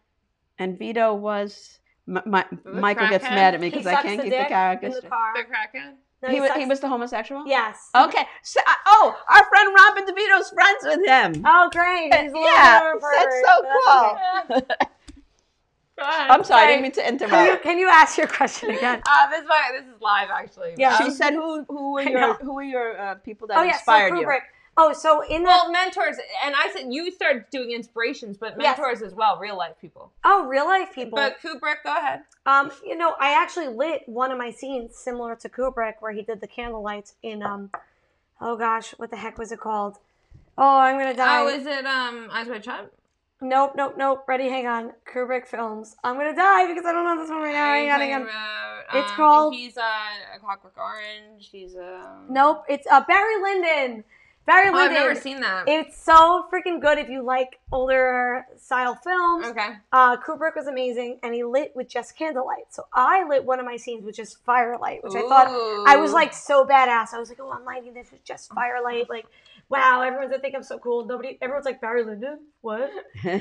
and Vito was. M- Mi- Michael gets
crackhead?
mad at me
He
because I
sucks
can't
the
keep the
dick in
characters.
the
straight.
car.
The Kraken.
No,
he, was, he
sucks-
was the homosexual?
Yes.
Okay. So, uh, oh, our friend Robin DeVito's friends with him.
Oh, great. He's a little
Yeah,
bit of a
that's
pervert,
so
but that's okay.
I'm sorry, I didn't
Okay.
mean to
Can you,
interrupt.
can you ask your question again?
Uh, this is my, this is live actually.
Yeah.
She said, "Who who were
I
your
know.
who were your uh, people that
Oh, yeah. So
inspired you?"
Kubrick. Oh, so in the.
Well, mentors, and I said you started doing inspirations, but
Yes.
mentors as well, real life people.
Oh, real life people.
But Kubrick, go ahead.
Um, you know, I actually lit one of my scenes similar to Kubrick where he did the candle lights in um oh gosh, what the heck was it called? Oh, I'm gonna die.
Oh, is it um Eyes Wide Shut?
Nope, nope, nope. Ready, hang on. Kubrick films. I'm gonna die because I don't know this one right now.
Are you
Hang on,
talking
hang on.
about, um,
It's called-
He's uh, a Clockwork Orange. He's a.
Nope, it's uh Barry Lyndon. Barry
Oh, I've
Lyndon.
never seen that.
it's so freaking good if you like older style films.
okay.
Uh, Kubrick was amazing, and he lit with just candlelight. So I lit one of my scenes with just firelight, which I thought I was
Ooh.
like so badass. I was like, oh, I'm lighting this with just firelight. Like, wow, everyone's gonna think I'm so cool. Nobody, everyone's like Barry Lyndon. What? I'm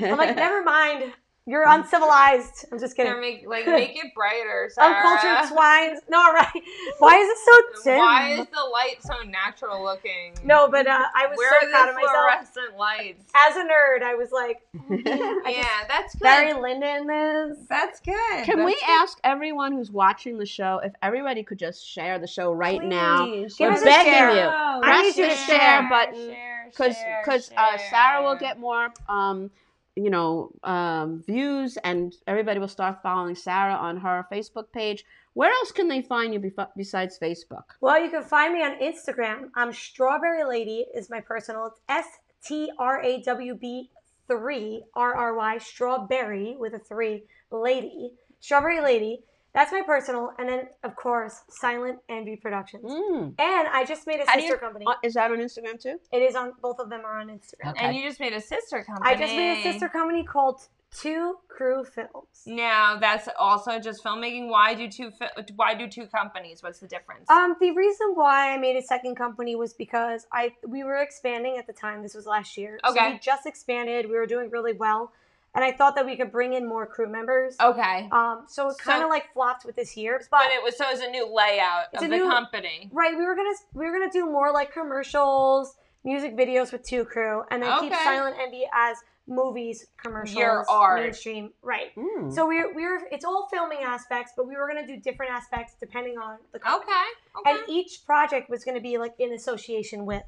like, never mind. You're uncivilized. I'm just
They're
kidding.
make, like make it brighter.
Uncultured
Sarah.
swines. No, right? Why is it so dim?
Why is the light so natural looking?
no, but uh, I was
Where
so
are
proud
the
of myself.
fluorescent lights?
As a nerd, I was like, "Oh, I
yeah,
just-
that's good.
Barry Lyndon is.
that's good.
Can we
That's good.
ask everyone who's watching the show if everybody could just share the show right now?
Please,
We're
us a
begging
share.
you.
Oh,
I
Press
need you
the
to
share,
share.
button because because uh, Sarah will get more um you know um views and everybody will start following Sarah on her Facebook page. Where else can they find you bef- besides Facebook?
Well, you can find me on Instagram. I'm Strawberry Lady is my personal. It's S T R A W B three R R Y Strawberry with a three lady. Strawberry Lady. That's my personal. And then of course Silent Envy Productions.
Mm.
And I just made a
How do you-
sister company.
Uh, Is that on Instagram too?
It is on both of them are on Instagram.
Okay.
And you just made a sister company.
I just made a sister company called Two Crew Films.
Now that's also just filmmaking. Why do two? Fi- why do two companies? What's the difference?
Um, the reason why I made a second company was because I we were expanding at the time. This was last year. So
Okay.
we just expanded. We were doing really well, and I thought that we could bring in more crew members.
Okay.
Um, so it
So-
kind of like flopped with this year, but,
But it was so it was a new layout
It's
of
a
the
new-
company.
right, we were gonna we were gonna do more like commercials, music videos with two crew, and then keep
Okay.
Silent Envy as movies, commercials,
art.
mainstream, right.
Mm.
So we're we're it's all filming aspects, but we were gonna do different aspects depending on the
Okay.
company.
Okay.
And each project was gonna be like in association with.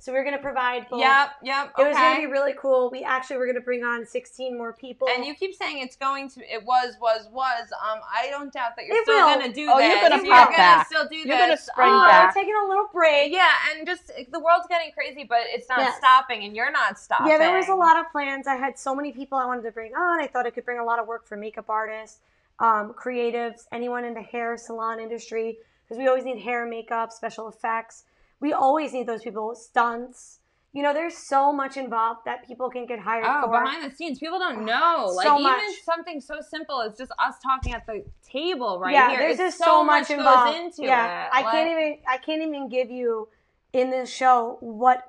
So we were gonna provide both.
yep. Yep.
It
okay.
was gonna be really cool. We actually were gonna bring on sixteen more people.
and you keep saying it's going to. It was, was, was. Um, I don't doubt that you're
It
still
will.
gonna do
Oh,
this.
you're gonna
you're
pop
gonna
back.
still do this.
You're gonna spring
Um,
Oh,
back.
we're taking a little break.
Yeah, and just eh, the world's getting crazy, but it's not
Yes.
stopping, and you're not stopping.
Yeah, there was a lot of plans. I had so many people I wanted to bring on. I thought it could bring a lot of work for makeup artists, um, creatives, anyone in the hair salon industry, because we always need hair, makeup, special effects. We always need those people. Stunts. You know, there's so much involved that people can get hired
Oh,
for.
behind the scenes, people don't know. Like
So
even
much.
something so simple as just us talking at the table right
yeah,
here.
there's
It's
just so, much involved.
goes into
yeah,
it.
I can't
Like,
even I can't even give you in this show what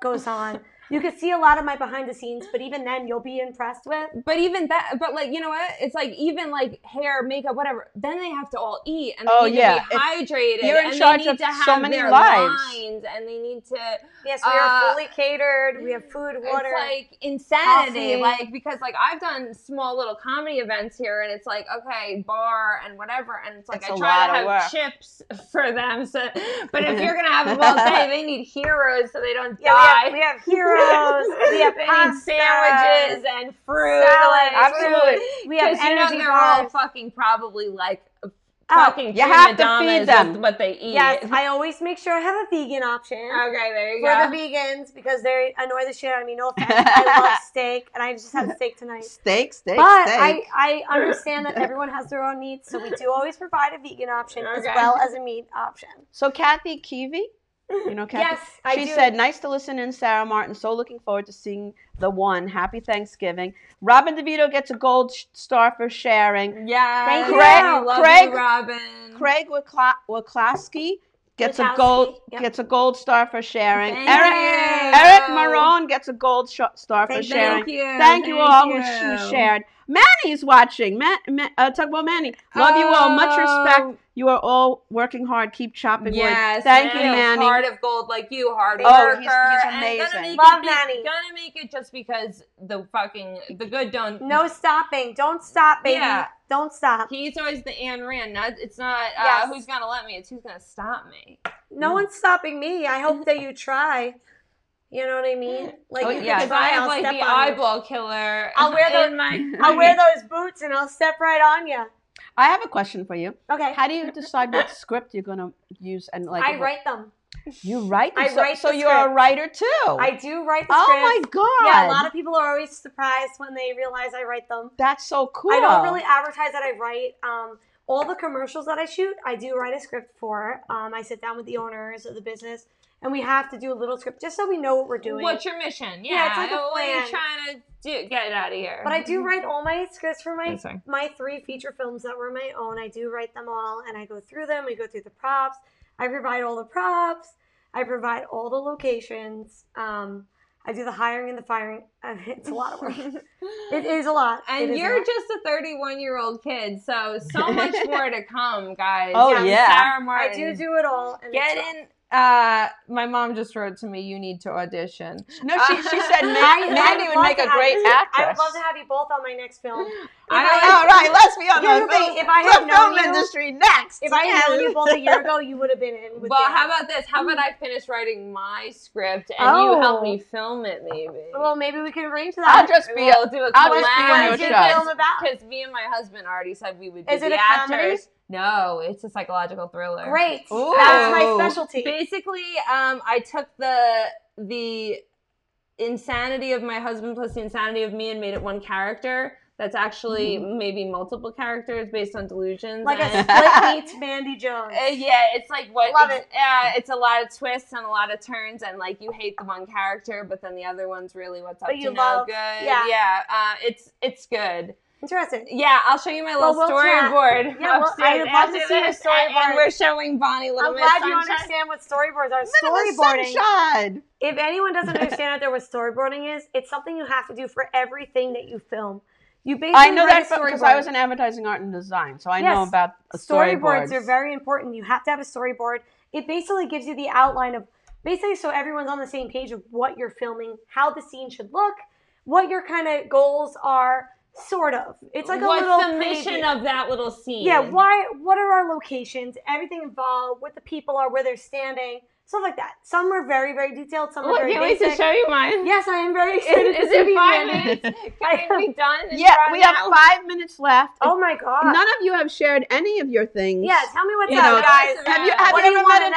goes on. you can see a lot of my behind the scenes, but even then, you'll be impressed with.
But even that, but like you know what? It's like even like hair, makeup, whatever. Then they have to all eat and they
Oh,
need
yeah.
to be hydrated.
you're in
and
charge
they need
of
to have
so many
their
lives.
lines, and they need to.
Yes, we are
Uh,
fully catered. We have food, water.
It's like insanity,
coffee.
like because like I've done small little comedy events here, and it's like okay, bar and whatever, and it's like
It's
I
a
try to
lot
have
of
chips for them. So, but if you're gonna have them all day, they need heroes so they don't die.
yeah, we have, we have heroes. We have
they
pasta,
need sandwiches and fruit.
salad,
like,
Absolutely.
We have
'cause
energy
you know they're all
bars.
fucking probably like
Oh,
fucking
you have to
prima
feed
donnas with
them.
what they eat.
yes, I always make sure I have a vegan option
Okay, there you
for
go.
the vegans because they annoy the shit out of me. No offense, I love steak, and I just had steak tonight.
steak, steak,
But
steak.
I, I understand that everyone has their own meat, so we do always provide a vegan option as
Okay.
well as a meat option.
so Kathy Kiwi, you know Kathy.
Yes, I
she
do.
said, "Nice to listen in, Sarah Martin. So looking forward to seeing the one. Happy Thanksgiving." Robin DeVito gets a gold sh- star for sharing.
Yeah,
Thank
you.
Craig, love
Craig-
you, Robin.
Craig Wakla- Waklowski gets a
Wachowski,
gold
yep.
gets a gold star for sharing.
Thank
Eric
you.
Eric Marone gets a gold sh- star for
Thank you.
sharing.
Thank you.
Thank you all who, who shared. Manny's watching. Man, man, uh, Tugboat Manny, love you all. Much respect. You are all working hard. Keep chopping
Yes,
wood. Thank you,
Manny's
Manny.
Heart of gold, like you, hard
Oh,
worker.
he's- he's
and
amazing.
Gonna make
Love
it be-
Manny.
Gonna make it just because the fucking the good don't.
No stopping. Don't stop, baby.
Yeah.
Don't stop.
He's always the Ayn Rand. Not, it's not uh,
Yes.
who's gonna let me. It's who's gonna stop me.
No one's stopping me. I hope that you try. You know what I mean? Like,
Oh,
you can
yeah, so
try,
I have
I'll
like
step
the
on you.
eyeball killer.
I'll wear the-
in my.
I'll wear those boots and I'll step right on you.
I have a question for you.
Okay.
How do you decide what script you're gonna use and like?
I
what-
write them.
You write. them?
I
so,
write
So
the
you're a
script.
writer too.
I do write the
oh my
scripts.
god.
Yeah, a lot of people are always surprised when they realize I write them.
That's so cool.
I don't really advertise that I write. Um, all the commercials that I shoot, I do write a script for. Um, I sit down with the owners of the business, and we have to do a little script just so we know what we're doing.
What's your mission? Yeah,
Yeah, it's like a
what are you
plan.
trying to do? Get out of here.
but I do write all my scripts for my
I'm sorry.
my three feature films that were my own. I do write them all, and I go through them. I go through the props. I provide all the props. I provide all the locations. Um, I do the hiring and the firing. It's a lot of work. it is a lot.
And
It is a
you're
lot.
just a 31 year old kid, so so much more to come, guys.
Oh,
I'm
yeah.
Sarah
I
Martin.
do do it all. And
Get
it's-
in. Uh, my mom just wrote to me. You need to audition.
No, she, she said Ma-
I- I
Mandy
would
would
love
make
to
a
have
great
you- I would
actress.
love to have you both on my next film. If
I-
I
had-
know, right? Let's be on
Here's
the
the thing,
film,
if I
the
had known
film
you-
industry next.
If I had known you both a year ago, you would have been in. With Mm.
Well,
Dan.
how about this? How about I finish writing my script and you
Oh.
help me film it, maybe?
Well, maybe we could arrange
I'll
that.
just be a
we'll do a
I'll just be
what
on
is
your
your
show.
film about?
Because me and my husband already said we would be
Is it
the
a
actors.
comedy?
No, it's a psychological thriller.
Great.
Ooh.
That's my specialty.
Basically, um, I took the the insanity of my husband plus the insanity of me and made it one character. That's actually maybe multiple characters based on delusions.
Mm-hmm. Like a
and-
split meets Mandy Jones.
Uh, yeah, it's like what?
Love
it's, Uh, it's a lot of twists and a lot of turns, and like you hate the one character, but then the other one's really what's up to
But you
no
love-
good.
yeah.
yeah. Uh, it's it's good.
Interesting.
Yeah, I'll show you my little
Well, we'll chat.
storyboard.
Yeah, well, I would
upstairs
love to
after
see your
this,
storyboard.
And, and we're showing Bonnie Little
I'm
Miss
glad you
Sunshine.
understand what storyboards are.
Little
Storyboarding.
sunshine.
If anyone doesn't understand out there what storyboarding is, it's something you have to do for everything that you film. You basically
I know
write
that
a
because
storyboard.
I was in advertising art and design, so I know
Yes.
about a
storyboards are very important. You have to have a storyboard. It basically gives you the outline of basically so everyone's on the same page of what you're filming, how the scene should look, what your kind of goals are, sort of. It's like a
What's
little
the mission
preview.
of that little scene?
Yeah, why what are our locations, everything involved, what the people are, where they're standing, stuff like that. Some are very, very detailed, some are
Well, I
very
can't wait to
basic.
show you mine.
Yes, I am very
Is,
excited. to
is
see
it
these
five
men.
minutes? Can it be done? in
Yeah,
five
we have
hours?
five minutes left.
Oh my god.
None of you have shared any of your things.
yeah, tell me what's
You
up,
know,
guys.
Have you,
Yeah.
have
What
you
do you
ever met
wanna
an
know?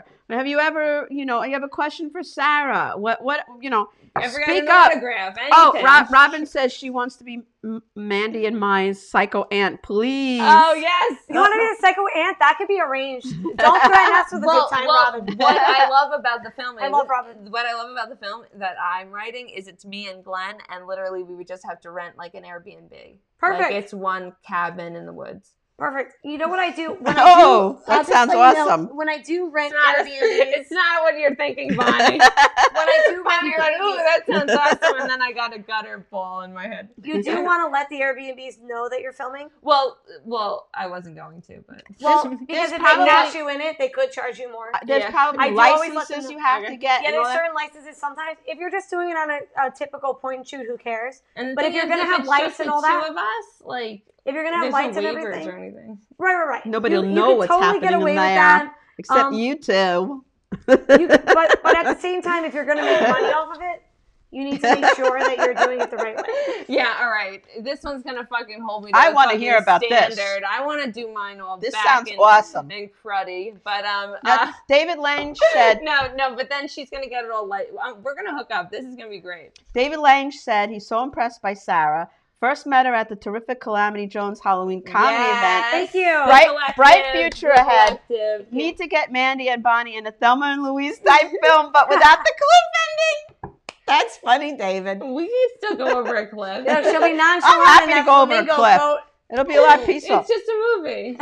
actor? Have you ever, you know, you have a question for Sarah? What, what, you know,
I forgot
speak
an
up.
autograph,
Oh,
anything.
Rob, Robin says she wants to be M- Mandy and my psycho aunt. Please.
Oh yes.
You want to be the psycho aunt? That could be arranged. Don't threaten us with a
Well,
good time,
well,
Robin.
what I love about the film is
I love Robin.
what I love about the film that I'm writing is it's me and Glenn, and literally we would just have to rent like an Airbnb.
Perfect.
Like it's one cabin in the woods.
Perfect. You know what I do? When I do
Oh,
I'll
that
just
sounds
let you know,
awesome.
when I do
It's
rent
not,
Airbnbs,
a- it's not what you're thinking, Bonnie.
when I do rent
You're like, ooh,
Airbnbs,
that sounds awesome, and then I got a gutter ball in my head.
you do want to let the Airbnbs know that you're filming.
Well, well, I wasn't going to, but
Well,
There's-
because
there's
if
probably-
they catch you in it, they could charge you more.
Uh, There's
Yeah.
probably
I do always let them
licenses
know.
you have to get.
Yeah,
and all
there's
that.
certain licenses. Sometimes, if you're just doing it on a, a typical point and shoot, who cares?
And the
But if
thing
you're
is,
gonna have
it's
lights
just
and
the
all that-
two of us, like
If you're gonna have
there's
lights
no
and
waivers
everything,
or anything.
right, right, right.
Nobody'll
You- you
know
could
what's
totally
happening
get
in
away with
Naya.
that.
Except
um,
you two. Uh,
you, but but at the same time, if you're going to make money off of it, you need to make sure that you're doing it the right way.
Yeah, all right. This one's gonna fucking hold me. To
I
want
wanna
to
hear about this.
standard. I want to do mine all.
This
back
sounds
and,
awesome.
And cruddy, but um.
Now,
uh,
David Lange said
no, no, but then she's gonna get it all light. Um, we're gonna hook up. This is gonna be great.
David Lange said he's so impressed by Sarah. First met her at the terrific Calamity Jones Halloween comedy event.
Yes.
Thank you.
Bright-
Collective,
bright future ahead.
collective.
Need to get Mandy and Bonnie in a Thelma and Louise type film, but without the cliff ending. That's funny, David.
We can still go over a cliff.
No, she'll be nonchalant.
happy to
enough
go over a
me go
cliff.
vote.
It'll be a lot peaceful.
It's just a movie.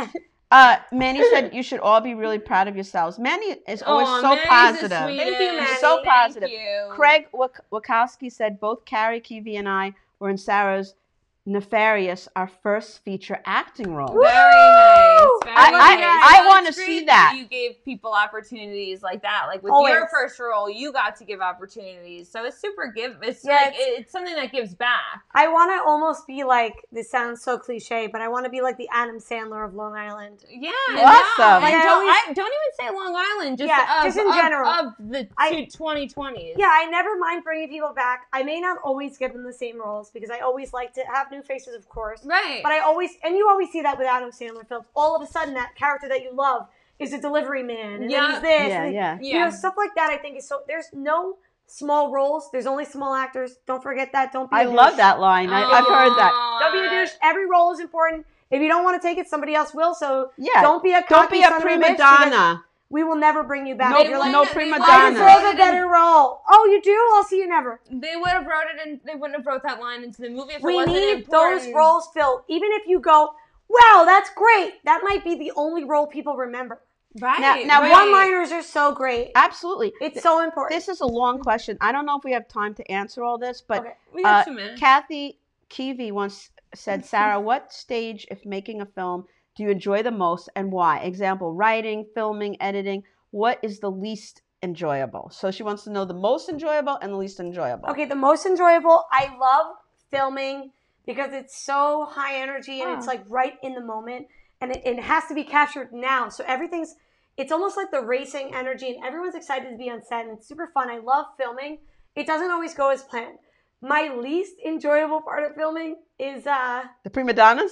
Uh, Mandy said you should all be really proud of yourselves. Mandy is always
Aw,
Oh, so
Mary's the
positive.
sweetest.
Thank you, Manny.
So positive.
Thank you.
Craig Wak- Wakowski said both Carrie, Kiwi, and I were in Sarah's Nefarious, our first feature acting role.
Very nice.
Oh,
Very
I- I-
nice.
I
Well,
wanna
it's great
see that.
you gave people opportunities like that. Like with
Always.
your first role, you got to give opportunities, so it's super give. It's
Yeah,
like it's, something that gives back.
I want to almost be like this sounds so cliche, but I want to be like the Adam Sandler of Long Island.
Yeah,
Awesome.
no, and
Yeah, I
don't,
always-
I, don't even say Long Island. Just
Yeah,
of,
just in
of-
general.
of the
I-
twenty twenties.
Yeah, I never mind bringing people back. I may not always give them the same roles because I always like to have new faces, of course.
right.
But I always and you always see that with Adam Sandler films. All of a sudden, that character that you love is a delivery man, and then
Yeah.
he's this.
Yeah,
and
yeah.
You know, stuff like that. I think is so. There's no small roles. There's only small actors. Don't forget that. Don't be.
I
a
love
douche.
that line. I, I've
Oh.
heard that.
Don't be a douche. Every role is important. If you don't want to take it, somebody else will. So
Yeah. Don't,
don't be a cocky
be a
son of
prima
bitch because
donna.
We will never bring you back.
No,
If you're like,
no prima
I
Madonna.
deserve a better role. Oh, you do? I'll see you never.
They would have wrote it, and they wouldn't have wrote that line into the movie if it
We
wasn't
need
important.
those roles filled. Even if you go, wow, that's great. That might be the only role people remember.
Right.
Now,
right.
One-liners are so great.
Absolutely.
It's so important.
This is a long question. I don't know if we have time to answer all this, but
Okay.
We got
uh,
two minutes.
Kathy Keevy once said, Sarah, what stage, if making a film, do you enjoy the most and why? Example, writing, filming, editing. What is the least enjoyable? So she wants to know the most enjoyable and the least enjoyable.
Okay, the most enjoyable. I love filming because it's so high energy and it's like right in the moment, and it, it has to be captured now. So everything's. It's almost like the racing energy, and everyone's excited to be on set, and it's super fun. I love filming. It doesn't always go as planned. My least enjoyable part of filming is, uh,
The prima donnas?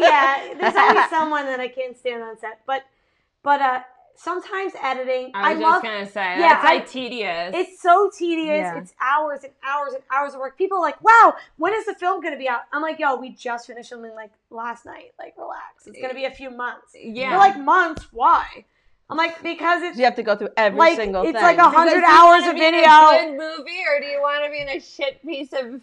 yeah, there's always someone that I can't stand on set, but, but uh, sometimes editing.
I
I,
was
love
just gonna say,
yeah,
yeah, that's
I-
like tedious.
it's so tedious.
Yeah.
It's hours and hours and hours of work. People are like, wow, when is the film going to be out? I'm like, yo, we just finished filming like last night. Like, relax. It's going to be a few months.
yeah.
You're like, months? Why? I'm like, because it's
you have to go through every
like,
single
it's
thing.
like a
Because
hundred
do you wanna
hours of
be in a
video.
good movie, or do you want to be in a shit piece of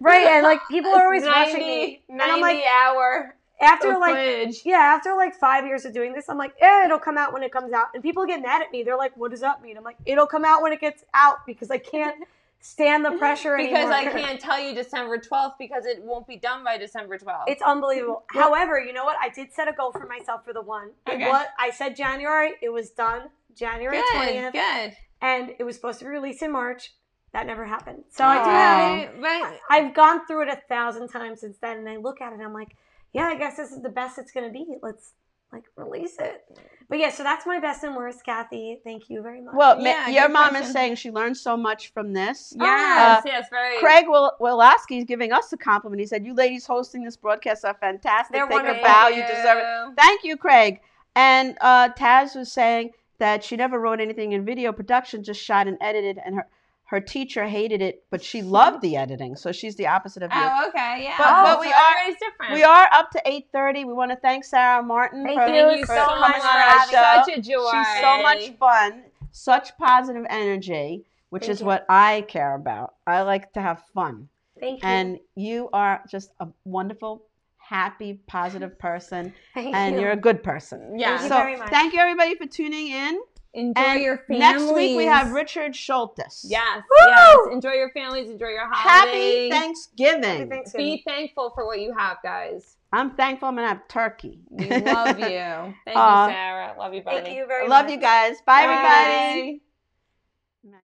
Right. And like, people are always
90,
rushing me. And
90
I'm like,
hour
after like,
footage?
yeah, after like five years of doing this, I'm like, eh, it'll come out when it comes out. And people get mad at me. They're like, what does that mean? I'm like, it'll come out when it gets out because I can't stand the pressure
because I
anymore.
can't tell you December 12th because it won't be done by December 12th.
It's unbelievable. However, you know what? I did set a goal for myself for the one.
Okay.
What I said January, it was done January
good,
20th,
good.
and it was supposed to be released in March. That never happened. So I do have it.
Right, right.
I've gone through it a thousand times since then, and I look at it, and I'm like, yeah, I guess this is the best it's gonna be. Let's like release it. But yeah, so that's my best and worst, Kathy. Thank you very much.
Well, ma-
Yeah,
your
good
mom is
question.
saying she learned so much from this.
Yes, yes, very.
Craig Wil- Wilaski is giving us a compliment. He said, "You ladies hosting this broadcast are fantastic.
They're
Take
wonderful.
a bow. You deserve it." Thank you, Craig. And uh, Taz was saying that she never wrote anything in video production, just shot and edited, and her her teacher hated it, but she loved the editing. So she's the opposite of you.
Oh, okay, yeah.
But-
Oh,
but
so
we are-
everybody's different.
we are up to 8.30. We want to thank Sarah Martin
Thank
for,
you
Thank you
for
so
coming
much
on
for
our
having
show.
such a joy.
She's so much fun, such positive energy, which
Thank
is
you.
what I care about. I like to have fun.
Thank you.
And you are just a wonderful, happy, positive person,
Thank
and
you.
you're a good person.
Yeah.
Thank you
so
very much.
thank you everybody for tuning in.
Enjoy
and
your families.
Next week we have Richard Schultes.
Yes,
Woo!
yes. Enjoy your families. Enjoy your
Happy
holidays.
Happy
Thanksgiving.
Thanksgiving.
Be thankful for what you have, guys.
I'm thankful I'm gonna have turkey.
We love you. Thank you,
Aw.
Sarah. Love you, buddy.
Thank you very
Love
much.
you guys. Bye, everybody.
Bye.